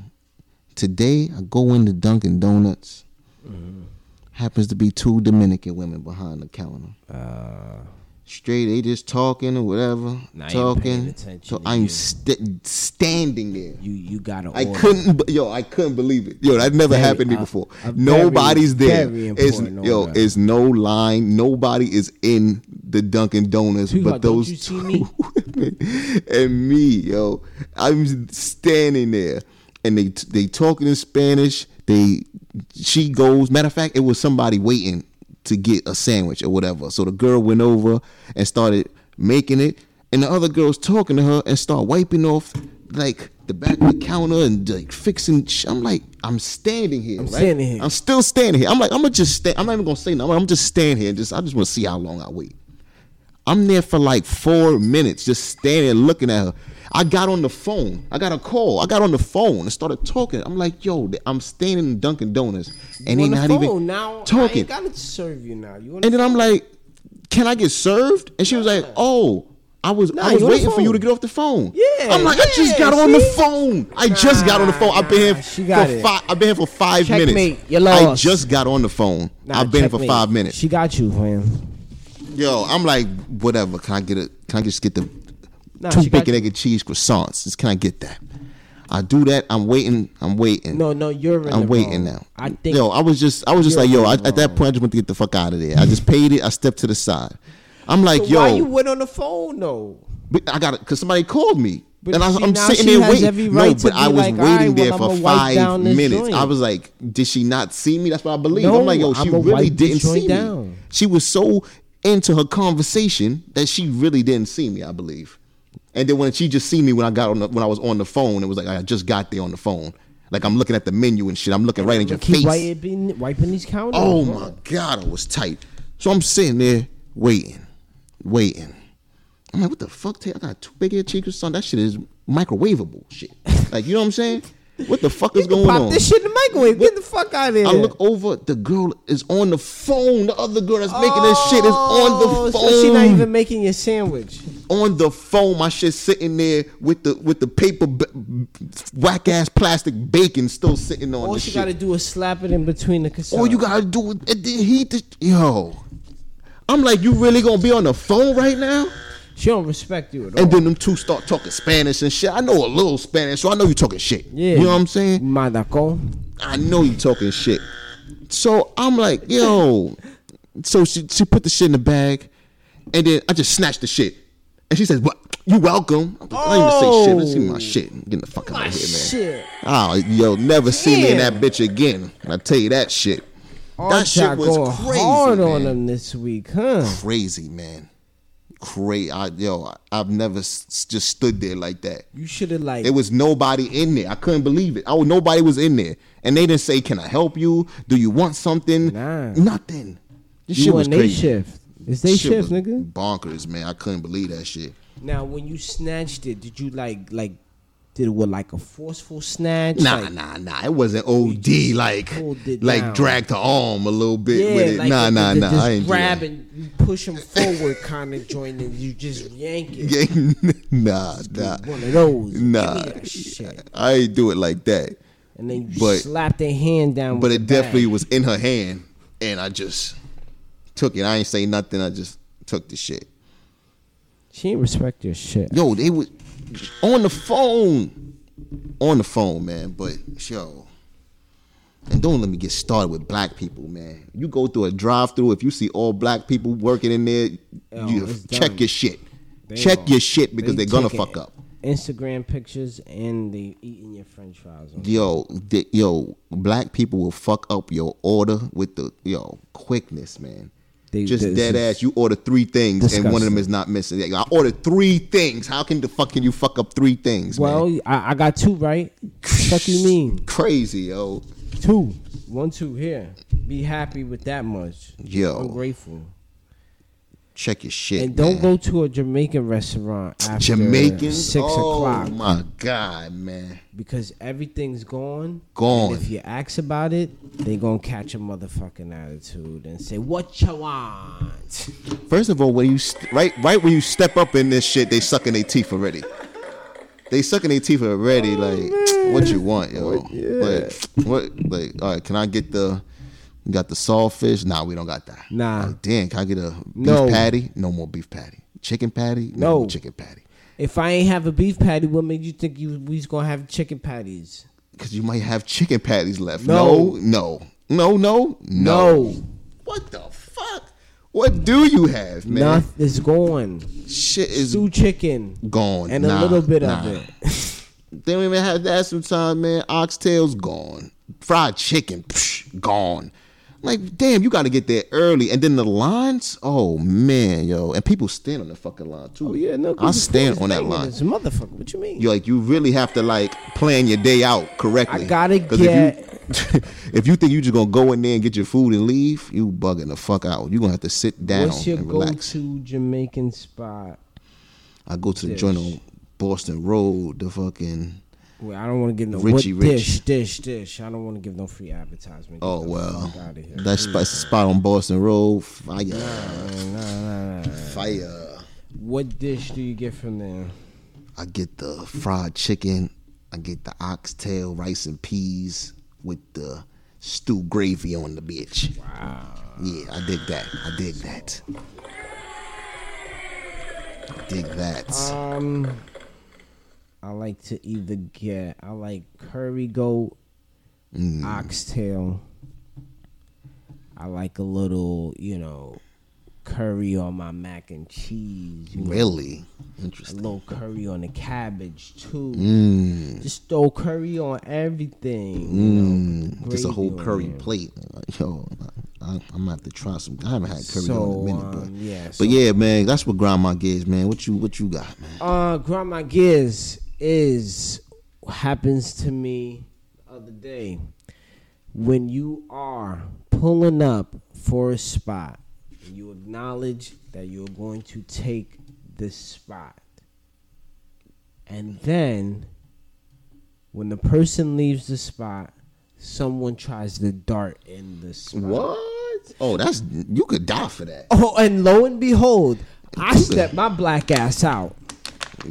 Today I go into Dunkin' Donuts. Mm-hmm. Happens to be two Dominican women behind the counter. Uh, straight. They just talking or whatever, Nah, I ain't paying talking. attention So to I'm you. st- standing there. you you gotta. I order. couldn't, be- yo, I couldn't believe it. Yo, that never Very- happened to me a- before. a Nobody's very, there. very It's, important yo, order. it's no line. Nobody is in the Dunkin' Donuts, Sweetheart, but don't those you see two me? women and me, yo. I'm standing there, and they they talking in Spanish. They she goes. Matter of fact, it was somebody waiting to get a sandwich or whatever. So the girl went over and started making it, and the other girls talking to her and start wiping off like the back of the counter and like fixing. Sh- I'm like, I'm standing here. I'm right? standing here. I'm still standing here. I'm like, I'm gonna just stand. I'm not even gonna say nothing. I'm gonna just stand here and just. I just want to see how long I wait. I'm there for like four minutes, just standing there looking at her. I got on the phone. I got a call. I got on the phone and started talking. I'm like, yo, th- I'm standing in Dunkin' Donuts and You they on the not phone even now, I talking. ain't gotta serve you now. You on and the then I'm like, can I get served? And she was like, oh. I was Nah, I you was on the waiting for you phone. to get off the phone. Yeah, I'm like, I yeah, just got on the see? phone. I just got on the phone. I've been nah, here she got for it. five. I've been here for five Checkmate, minutes. you I lost. just got on the phone. Nah, I've been here for checkmate. five minutes. She got you, fam. Yo, I'm like, whatever. Can I get a? Can I just get the Nah, two she got bacon, you. egg, and cheese croissants? Just, can I get that? I do that. I'm waiting. I'm waiting. No, no, you're. In the I'm wrong. waiting now. I think. Yo, I was just, I was just You're like, yo. in the I, at that wrong. point, I just want to get the fuck out of there. I just paid it. I stepped to the side. I'm like, So yo, why you went on the phone though? but I got it because somebody called me. But and I, see, I'm now sitting she there has waiting. every no, right to but be I was like, waiting "All right, there well, for I'ma wipe five down this minutes. joint." I was like, did she not see me? That's what I believe. No, I'm like, yo, she I'ma really wipe this didn't joint see me. down. She was so into her conversation that she really didn't see me. I believe. And then when she just see me when I got on the, when I was on the phone, it was like I just got there on the phone. Like I'm looking at the menu and shit. I'm looking right in your Keep face. wiping, wiping these counters. Oh my god, I was tight. So I'm sitting there waiting, waiting. I'm like, what the fuck? Tay? I got two big ass cheeks or something. That shit is microwavable shit. Like, you know what I'm saying? What the fuck is You can going pop on? this shit in the microwave. Get the fuck out of here. I look over. The girl is on the phone. The other girl that's making this shit is on Oh, the phone. So she not even making your sandwich. on the phone. My shit sitting there with the with the paper b- whack ass plastic bacon still sitting on All the she shit. gotta do is slap it in between the cassava. All you gotta do is and then heat the yo. I'm like, you really gonna be on the phone right now? She don't respect you at all. And then them two start talking Spanish and shit. I know a little Spanish, so I know you talking shit. Yeah. You know what I'm saying? Madaco. I know you talking shit. So I'm like, yo. So she she put the shit in the bag, and then I just snatched the shit. And she says, "What? You welcome?" I'm like, I don't even say shit. Let's see my shit. I'm getting the fuck out of here, man. Shit. Oh, yo, never see me in that Damn. bitch again. I tell you that shit. Our that shit jock was going crazy, hard man. on them this week, huh? Crazy, man. Crazy. I, yo, I, I've never s- just stood there like that. You should have like. There was nobody in there. I couldn't believe it. Oh, nobody was in there, and they didn't say, "Can I help you? Do you want something?" Nah. Nothing. This you shit on was they crazy. shift. It's they Shit shift, was nigga. Bonkers, man. I couldn't believe that shit. Now, when you snatched it, did you like like did it with like a forceful snatch? Nah, Like, nah, nah. It wasn't OD like pulled it like down. dragged the arm a little bit yeah, with it. like nah, the- nah, the nah. Just I ain't grab and you push him forward, kind of joint, and you just yank it. Yeah, nah, nah, One of those. Give me nah. that shit. I ain't do it like that. And then you But- slap their hand down. But with it the bag. definitely was in her hand, and I just took it. I ain't say nothing. I just took the shit. She ain't respect your shit. Yo, they was on the phone, on the phone, man. But yo, and don't let me get started with black people, man. You go through a drive-through. If you see all black people working in there, Yo, you it's check done. your shit. They check are- your shit because they they are gonna taking fuck up. Instagram pictures and they eating your French fries. On. yo, the, yo, black people will fuck up your order with the yo quickness, man. They- Just this dead is ass. You order three things and one of them disgusting. is not missing. Like, I ordered three things. How can the fuck can you fuck up three things? man? Well, I, I got two right. fuck you mean crazy, yo. two? One two here. Be happy with that much. Yo. I'm grateful. Check your shit. And don't man. go to a Jamaican restaurant after Jamaicans. six oh o'clock my god, man. because everything's gone. Gone. And if you ask about it, they gonna catch a motherfucking attitude and say, "What you want?" First of all, when you st- right right when you step up in this shit, they sucking their teeth already. They sucking their teeth Oh, already. like what you want, yo? Like what? Like all right, can I get the? You got the sawfish? Nah, we don't got that. Nah. Like, damn, can I get a beef No. patty? No more beef patty. Chicken patty? No. more chicken patty. If I ain't have a beef patty, what made you think you we's gonna have chicken patties? Because you might have chicken patties left. No. no, no, no, no. No, What the fuck? What do you have, man? nothing is gone. Shit is Stew chicken gone. and Nah, a little bit nah. of it. They don't even have that sometimes, man. Oxtails gone. Fried chicken, psh, gone. Like, damn, you gotta get there early. And then the lines, oh man, yo. And people stand on the fucking line too. Oh yeah, no. 'cause I the food stand is on that banging. line. It's a motherfucker. What you mean? You like you really have to like plan your day out I correctly. gotta 'Cause If you, if you think you just gonna go in there and get your food and leave, you bugging the fuck out. You gonna have to sit down What's your and relax. go-to Jamaican spot? I go to the joint on Boston Road, the fucking Wait, I don't want to give no Richie what Rich. dish, dish, dish. I don't want to give no free advertisement. Get Oh the well, fuck outta here. that spot, spot on Boston Road, fire, Nah, nah, nah, nah. fire. What dish do you get from there? I get the fried chicken, I get the oxtail, rice and peas with the stew gravy on the bitch. Wow. Yeah, I dig that. I dig that. I dig that. Um, I like to either get I like curry goat, Mm. oxtail. I like a little, you know, curry on my mac and cheese. You know, Really a interesting. little curry on the cabbage too. Mm, Just throw curry on everything. you know, mm. just a whole gravy on curry there. plate. Yo, I, I'm gonna have to try some. I haven't had curry So, in a minute, but um, yeah, so- but yeah, man, that's what grandma gives, man. What you what you got, man? Uh, Grandma Giz is happens to me the other day when you are pulling up for a spot and you acknowledge that you're going to take this spot, and then When the person leaves the spot, someone tries to dart in the spot. What? Oh, that's you could die for that. Oh, and lo and behold, I Dude. stepped my black ass out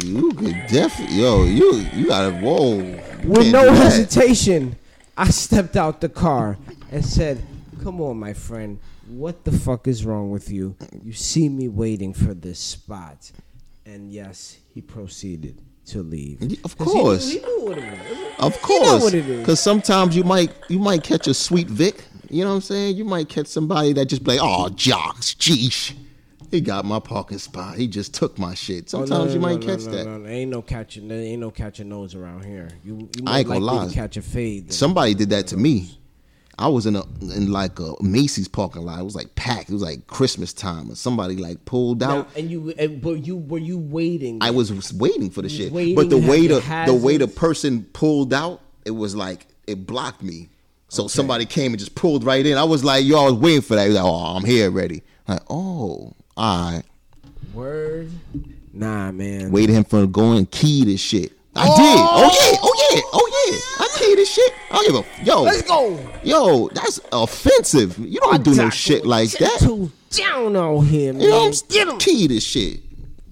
You could definitely, yo, you you gotta whoa. You with can't no do that. hesitation. I stepped out the car and said, "Come on, my friend, what the fuck is wrong with you? You see me waiting for this spot." And yes, he proceeded to leave. Y- Of 'Cause he knew- course, he knew what it was. of course, what it is. because sometimes you might you might catch a sweet Vic. You know what I'm saying? You might catch somebody that just be like, oh, jocks, jeesh, he got my parking spot. He just took my shit. Oh, no, Sometimes no, you no, might no, catch no, that. no, no. Ain't no catching. There ain't no catching nose around here. You, you I ain't more gonna likely lie. to Catch a fade. than- Somebody did that to me. I was in a in like a Macy's parking lot. It was like packed. It was like Christmas time, and somebody like pulled Now, out. and you, and, but you were you waiting? I was waiting for the was shit, waiting, but the had way your the the way the hazards. person pulled out, it was like it blocked me. So somebody came and just pulled right in. I was like, yo, I was waiting for that. He was like, oh, I'm here already. Like, oh, all right. Word. Nah, man. Waited him for going key this shit. I did. Oh yeah. Oh yeah. Oh yeah. I key this shit. I don't give a f- yo. Let's go. Yo, that's offensive. You don't do no Doc, shit like get that. Too down on here, man. You know what I'm Get saying? 'em. Key this shit.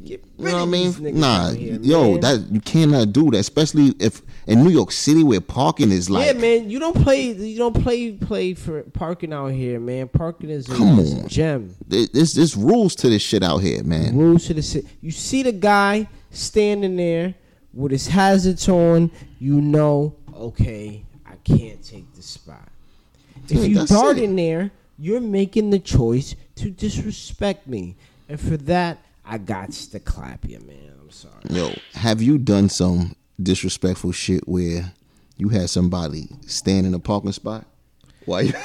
Get You rid know what I of these mean? niggas Nah, out here, yo, man. that you cannot do that, especially if in New York City where parking is Yeah, like man, you don't play. You don't play. Play for parking out here, man. Parking is a, Come is a on. gem. th- there's there's rules to this shit out here, man. Rules to the city. You see the guy standing there with his hazards on, you know, okay, I can't take the spot. Yeah, If you that's dart it. in there, you're making the choice to disrespect me. And for that, I got to clap you, man. I'm sorry. Yo, have you done some disrespectful shit where you had somebody stand in a parking spot? Why? you-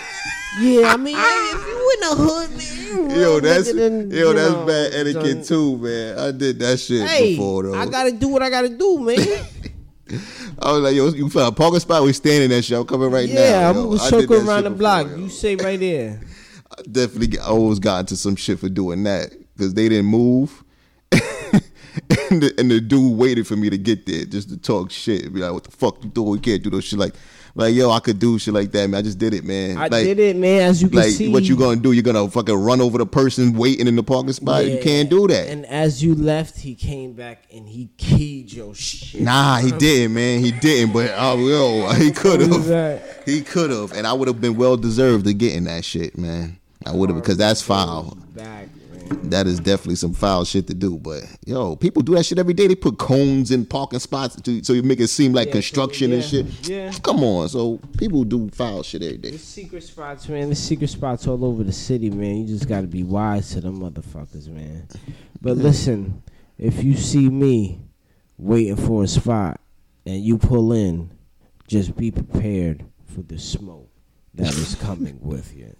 Yeah, I mean, if you in the hood, man, you real Ah, yo, that's nigga than, yo, you that's know, bad etiquette than- too, man. I did that shit Hey, before though. I gotta do what I gotta do, man. I was like, yo, you found a parking spot? We standing that shit. I'm coming right now. yeah, I'm yo. gonna I did circle that around shit the before, block. yo. You say right there. I definitely get, I always got into some shit for doing that because they didn't move. and, the, and the dude waited for me to get there just to talk shit. Be like, what the fuck you doing? We can't do no shit like, like yo, I could do shit like that, man. I just did it, man. I like, did it, man. As you can Like, see, what you gonna do? You're gonna fucking run over the person waiting in the parking spot? you Yeah. can't do that. And as you left, he came back and he keyed your shit. Nah, he didn't, man. He didn't, but oh, yo, he could Who's have. that? He could have, and I would have been well deserved to getting that shit, man. I would have because that's foul. Back, man. That is definitely some foul shit to do. But yo, people do that shit every day. They put cones in parking spots to, so you make it seem like Yeah, construction and yeah, shit. yeah. Come on, so people do foul shit every day. There's secret spots, man. There's secret spots all over the city, man. You just gotta be wise to them motherfuckers, man. But listen, if you see me waiting for a spot and you pull in, just be prepared for the smoke that is coming with you.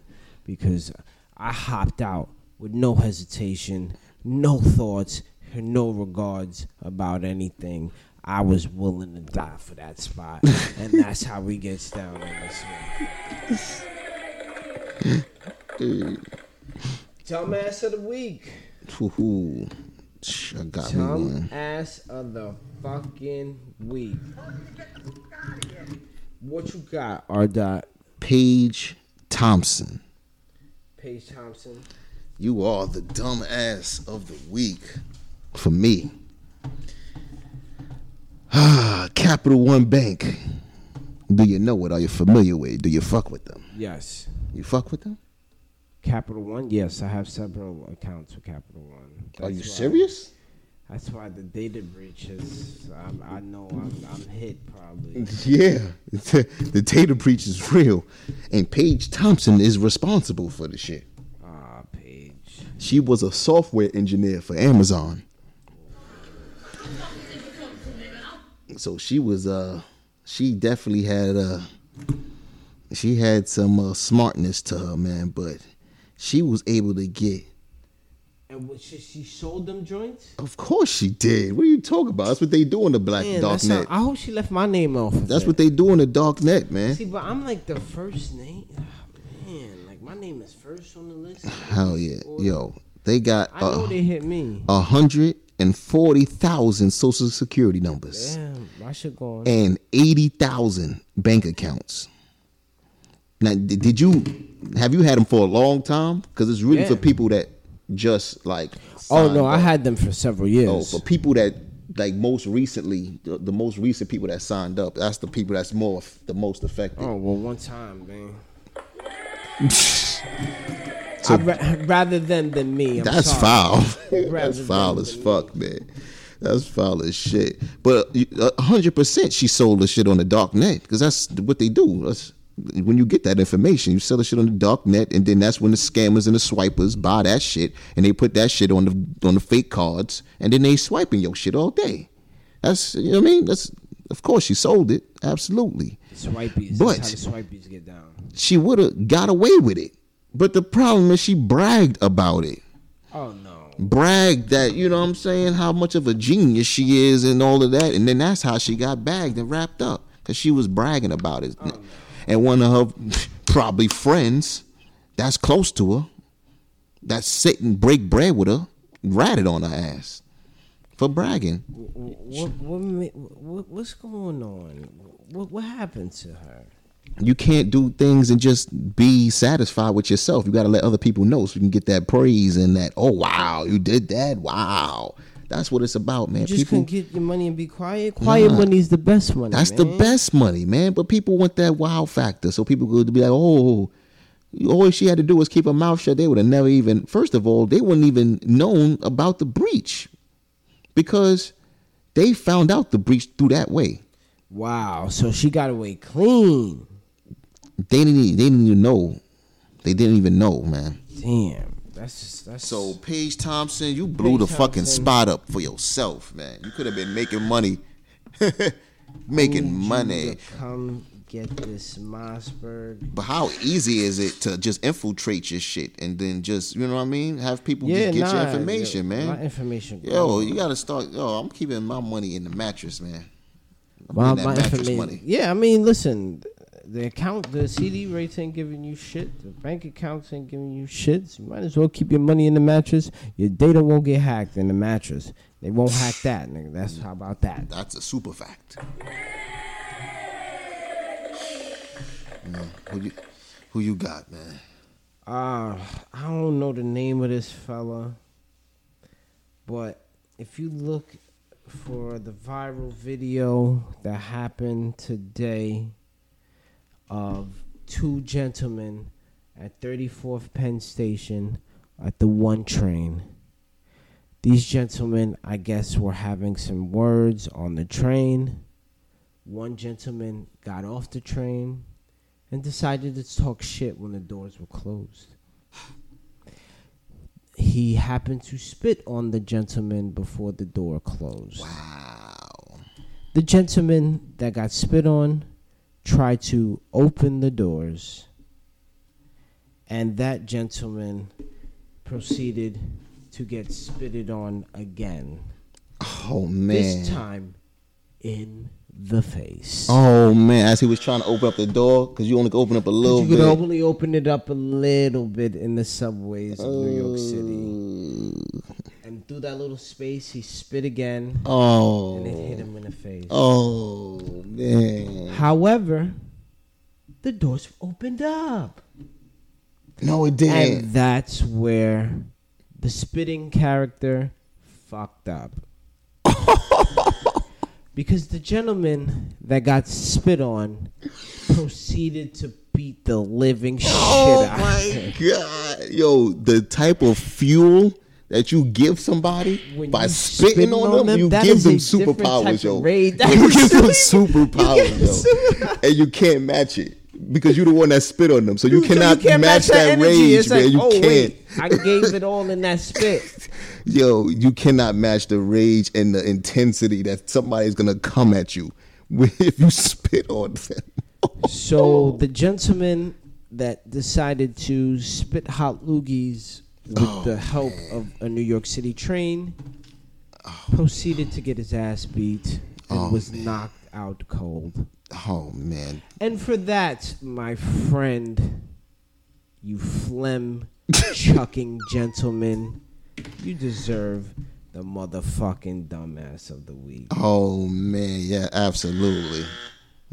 Because I hopped out with no hesitation, no thoughts, and no regards about anything. I was willing to die for that spot. and that's how we gets down on this one. Dumbass of the week. Ooh, sh- I got me one. Dumbass of the fucking week. What you got, R. Dot Paige Thompson. Paige Thompson? You are the dumbass of the week for me. Ah, Capital One Bank. Do you know it? Are you familiar with it? Do you fuck with them? Yes. You fuck with them? Capital One. Yes, I have several accounts with Capital One. Are you That's why- serious? That's why the data breach is. I'm, I know I'm, I'm hit probably. Yeah. the data breach is real. And Paige Thompson is responsible for the shit. Ah, Paige. She was a software engineer for Amazon. So she was uh she definitely had uh she had some uh, smartness to her, man, but she was able to get And what, she, she sold them joints. Of course she did. What are you talking about? That's what they do in the black Man, dark that's net. not, I hope she left my name off. Of That's it. what they do in the dark net, man. See, but I'm like the first name. Ah, Man, like my name is first on the list. Hell yeah. Yo, they got I know uh, they hit me. a hundred and forty thousand social security numbers. Damn, my should go on. and 80,000 bank accounts. Now, d- did you have you had them for a long time? Because it's really for Yeah. people that just like. Oh signed no, I up. had them for several No, years. for people that like most recently, the, the most recent people that signed up, that's the people that's more aff- the most affected. Oh well, one time, man. I ra- rather them than me. I'm That's sorry. foul. Rather That's foul than as fuck, man. That's foul as shit. But uh, hundred percent, she sold the shit on the dark net because that's what they do. That's when you get that information, you sell the shit on the dark net, and then that's when the scammers and the swipers buy that shit, and they put that shit on the on the fake cards, and then they swiping your shit all day. That's you know what I mean. That's of course she sold it. Absolutely Swipies. But- That's how the swipies get down. she would have got away with it. But the problem is she bragged about it. Oh no. Bragged that, you know what I'm saying, how much of a genius she is and all of that. And then that's how she got bagged and wrapped up. Because she was bragging about Oh, it. And one of her probably friends that's close to her, that sit and break bread with her, ratted on her ass for bragging. What, what, ma- what what's going on? What what happened to her? you can't do things and just be satisfied with yourself. You got to let other people know so you can get that praise and that, oh, wow, you did that. Wow. That's what it's about, man. You just people, couldn't get your money and be quiet. Quiet money's the best money. that's the man. best money, man. But people want that wow factor. So people go to be like, oh, all she had to do was keep her mouth shut. They would have never even, first of all, they wouldn't even known about the breach because they found out the breach through that way. Wow. So she got away clean. They didn't, e, they didn't even know. They didn't even know, man. Damn. That's just that's So Paige Thompson, you blew the Paige fucking Thompson. spot up for yourself, man. You could have been making money, making money. Come get this Mossberg. But how easy is it to just infiltrate your shit and then just you know what I mean? Have people just get your nah, information, yo, man. My information. yo, gone. you gotta start. Yo, I'm keeping my money in the mattress, man. I'm my, putting my mattress information. Yeah, I mean, listen, the account, the CD rates ain't giving you shit. The bank accounts ain't giving you shit. So you might as well keep your money in the mattress. Your data won't get hacked in the mattress. They won't hack that, nigga. That's how about that. That's a super fact. Mm, Who you, who you got, man? Uh, I don't know the name of this fella, but if you look for the viral video that happened today of two gentlemen at 34th Penn Station at the one train. These gentlemen, I guess, were having some words on the train. One gentleman got off the train and decided to talk shit when the doors were closed. He happened to spit on the gentleman before the door closed. Wow. The gentleman that got spit on tried to open the doors, and that gentleman proceeded to get spitted on again. Oh man. This time in the face. Oh man, as he was trying to open up the door, because you only could open up a little you could bit. only open it up a little bit in the subways of New Oh. York City. And through that little space, he spit again, and it oh, hit him in the face. oh man. However, the doors opened up. No, it And didn't. that's where the spitting character fucked up. because the gentleman that got spit on proceeded to beat the living shit Oh out of him. my god, yo, the type of fuel that you give somebody When by you spitting, spitting on, on them, them, you that give is them a different type superpowers, of yo. rage. Yeah, you give them You give superpowers, yo, and you can't match it. Because you're the one that spit on them, so you, You can't- cannot you can't match, that, energy. rage, It's man. like, you oh, can't. wait, I gave it all in that spit. yo, you cannot match the rage and the intensity that somebody's gonna come at you with- if you spit on them. So the gentleman that decided to spit hot loogies with the help of a New York City train proceeded to get his ass beat and was knocked out cold. Oh man, And for that, my friend, you phlegm chucking gentleman, you deserve the motherfucking dumbass of the week. Oh man, yeah, absolutely.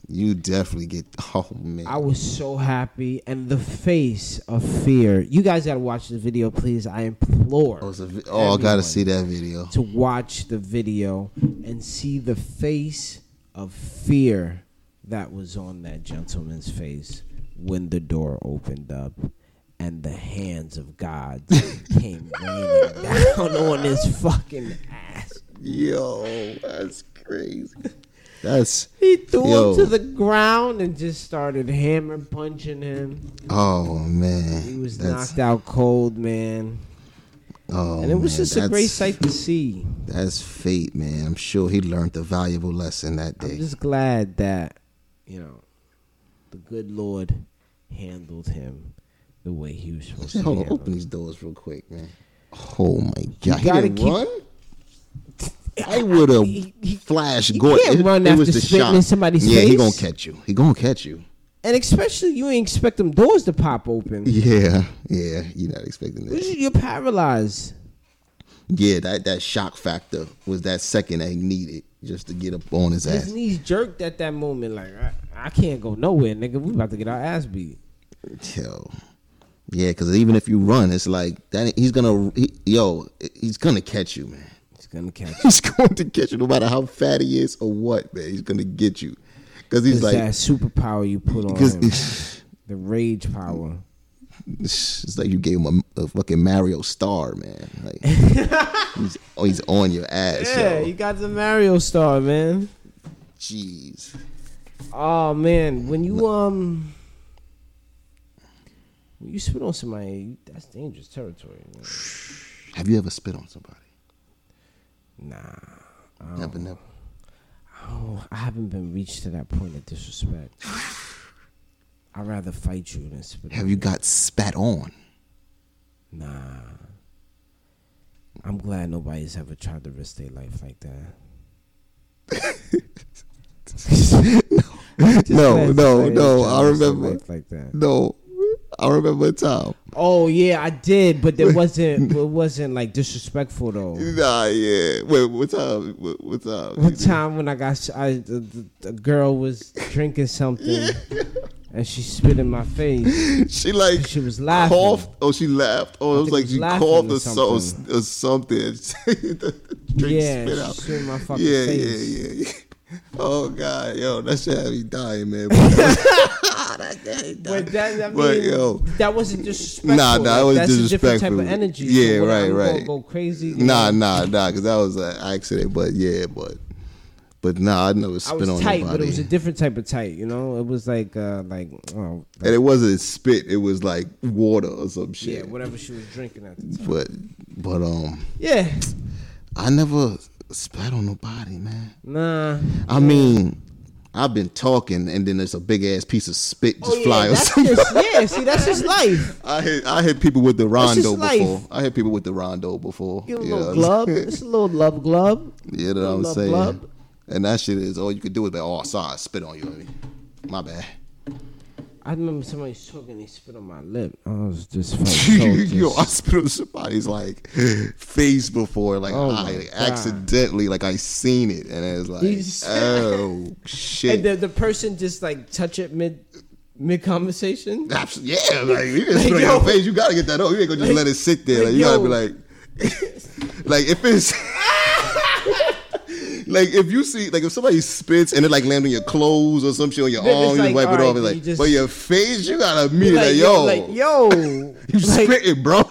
You definitely get. Oh man, I was so happy, and the face of fear. You guys gotta watch the video, please. I implore. Oh, it's a vi- oh, I gotta everyone see that video. To watch the video and see the face of fear that was on that gentleman's face when the door opened up and the hands of God came raining down on his fucking ass. Yo, that's crazy. That's He threw Yo. him to the ground and just started hammer punching him. oh man. He was that's, knocked out cold, man. Oh, And it was man, just a great that's- sight to see. That's fate, man. I'm sure he learned a valuable lesson that I'm day. just glad that, you know, the good Lord handled him the way he was supposed to Hold on, handle open him. these doors real quick, man. Oh my god, he gotta didn't keep- run. I would He- he- have flash he Gordon. can't run after spitting in somebody's yeah, he face. gonna catch you. He gonna catch you. And especially, you ain't expect them doors to pop open. Yeah, yeah. You're not expecting that. You're paralyzed. Yeah, that that shock factor was that second that he needed just to get up on his His ass. knees jerked at that moment. Like, I, I can't go nowhere, nigga. We about to get our ass beat. Yo. Yeah, because even if you run, it's like that. He's gonna, he, yo, he's gonna catch you, man. It's gonna catch he's going to get you no matter how fat he is or what, man. He's going to get you. Because It's he's like, that superpower you put on because him. it's, the rage power. it's like you gave him a, a fucking Mario star, man. Like, he's, oh, he's on your ass. Yeah, Yeah. you got the Mario star, man. Jeez. Oh man, when you um, when you spit on somebody, you- that's dangerous territory. Man. Have you ever spit on somebody? Nah, Never, never. oh, I haven't been reached to that point of disrespect. I'd rather fight you than spit. Have on you got spat on? Nah. I'm glad nobody's ever tried to risk their life like that. Just no, glad no, nobody's no. tried I to risk their remember. life like that. No, I remember a time. Oh yeah, I did, but there wasn't. it wasn't like disrespectful though. Nah, yeah. Wait, what time? What, what time? One time when I got, sh- I, the, the, the girl was drinking something, and she spit in my face. She like She was laughing. Coughed. Oh, she laughed. Oh, it was think like it was she laughing coughed or or, so, something. or something. The Drink Yeah, spit she out. spit in my fucking yeah, face. yeah, yeah, yeah. Oh god, yo, that shit had me dying, man. That shit had me But dying. that, I mean, But, yo. that wasn't disrespectful. Nah, nah, it was that's a different type of disrespectful. energy. Yeah, So when right, I'm gonna right. Go crazy. nah, nah, nah, because that was an accident. But yeah, but but nah, I know it's I spit was on tight, nobody. but it was a different type of tight. You know, it was like, uh, like, oh, and it wasn't spit. It was like water or some yeah, shit. whatever she was drinking at the time. But but um, Yeah, I never spat on nobody, man. nah. I mean, I've been talking, and then there's a big ass piece of spit just Oh, yeah, fly or that's something. just, yeah. See, that's just life. I hit I hit people with the That's just rondo life. before. I hit people with the rondo before. Give a You know little what I'm glove. saying? It's a little love glove. You know little what I'm love saying? glove. And that shit is all you could do is be, oh, sorry, I spit on you. I mean, My bad. I remember somebody was talking, they spit on my lip. I was just felt so Yo, I dis- spit on somebody's like face before, like Oh my I God. accidentally, like I seen it, and it was like, He's- oh And shit, the, the person just like touch it mid mid conversation. Abs- Yeah, like you just spit on yo. your face. You gotta get that off. You ain't gonna just Like- let it sit there. Like, you like, gotta be like, like if it's like if you see like if somebody spits and it like land on your clothes or some shit on your Then it's arm, you like, wipe it all right, then off. It's like, you just- but your face, you gotta meet like, like, yo, like yo, you like, spitting, bro.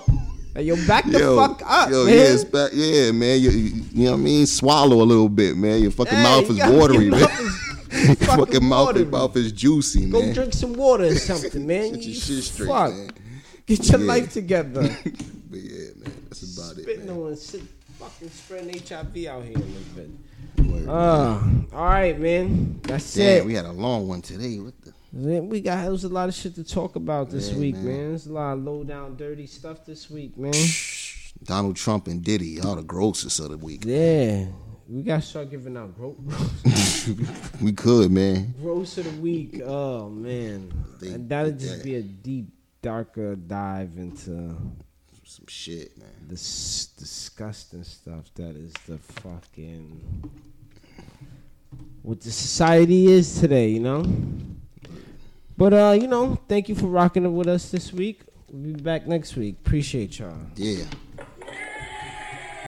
like, yo, back the Yo, fuck up, yo, man. yeah, it's back, yeah, man. You, you you know what I mean? Swallow a little bit, man. Your fucking Hey, mouth you is gotta- watery, your man. mouth is Your fucking fucking mouth, watery. is mouth is juicy, Go man. drink some water or something, man. Get You your shit straight, fuck. man. Get your Yeah. life together. But yeah, man, that's about it, Spitting man. on shit, fucking spreading HIV out here a little bit. Word. Uh, all right, man. That's it. Damn, we had a long one today. What the? Man, we got there was a lot of shit to talk about this Yeah, week, man. man. There's a lot of low down dirty stuff this week, man. Donald Trump and Diddy, y'all the grossest of the week. yeah. We gotta start giving out gro- we could, man. gross of the week. Oh man. They- And that'd just yeah. be a deep, darker dive into some shit, man. This disgusting stuff that is the fucking what the society is today, you know. But uh, you know, thank you for rocking it with us this week. We'll be back next week. Appreciate y'all. Yeah.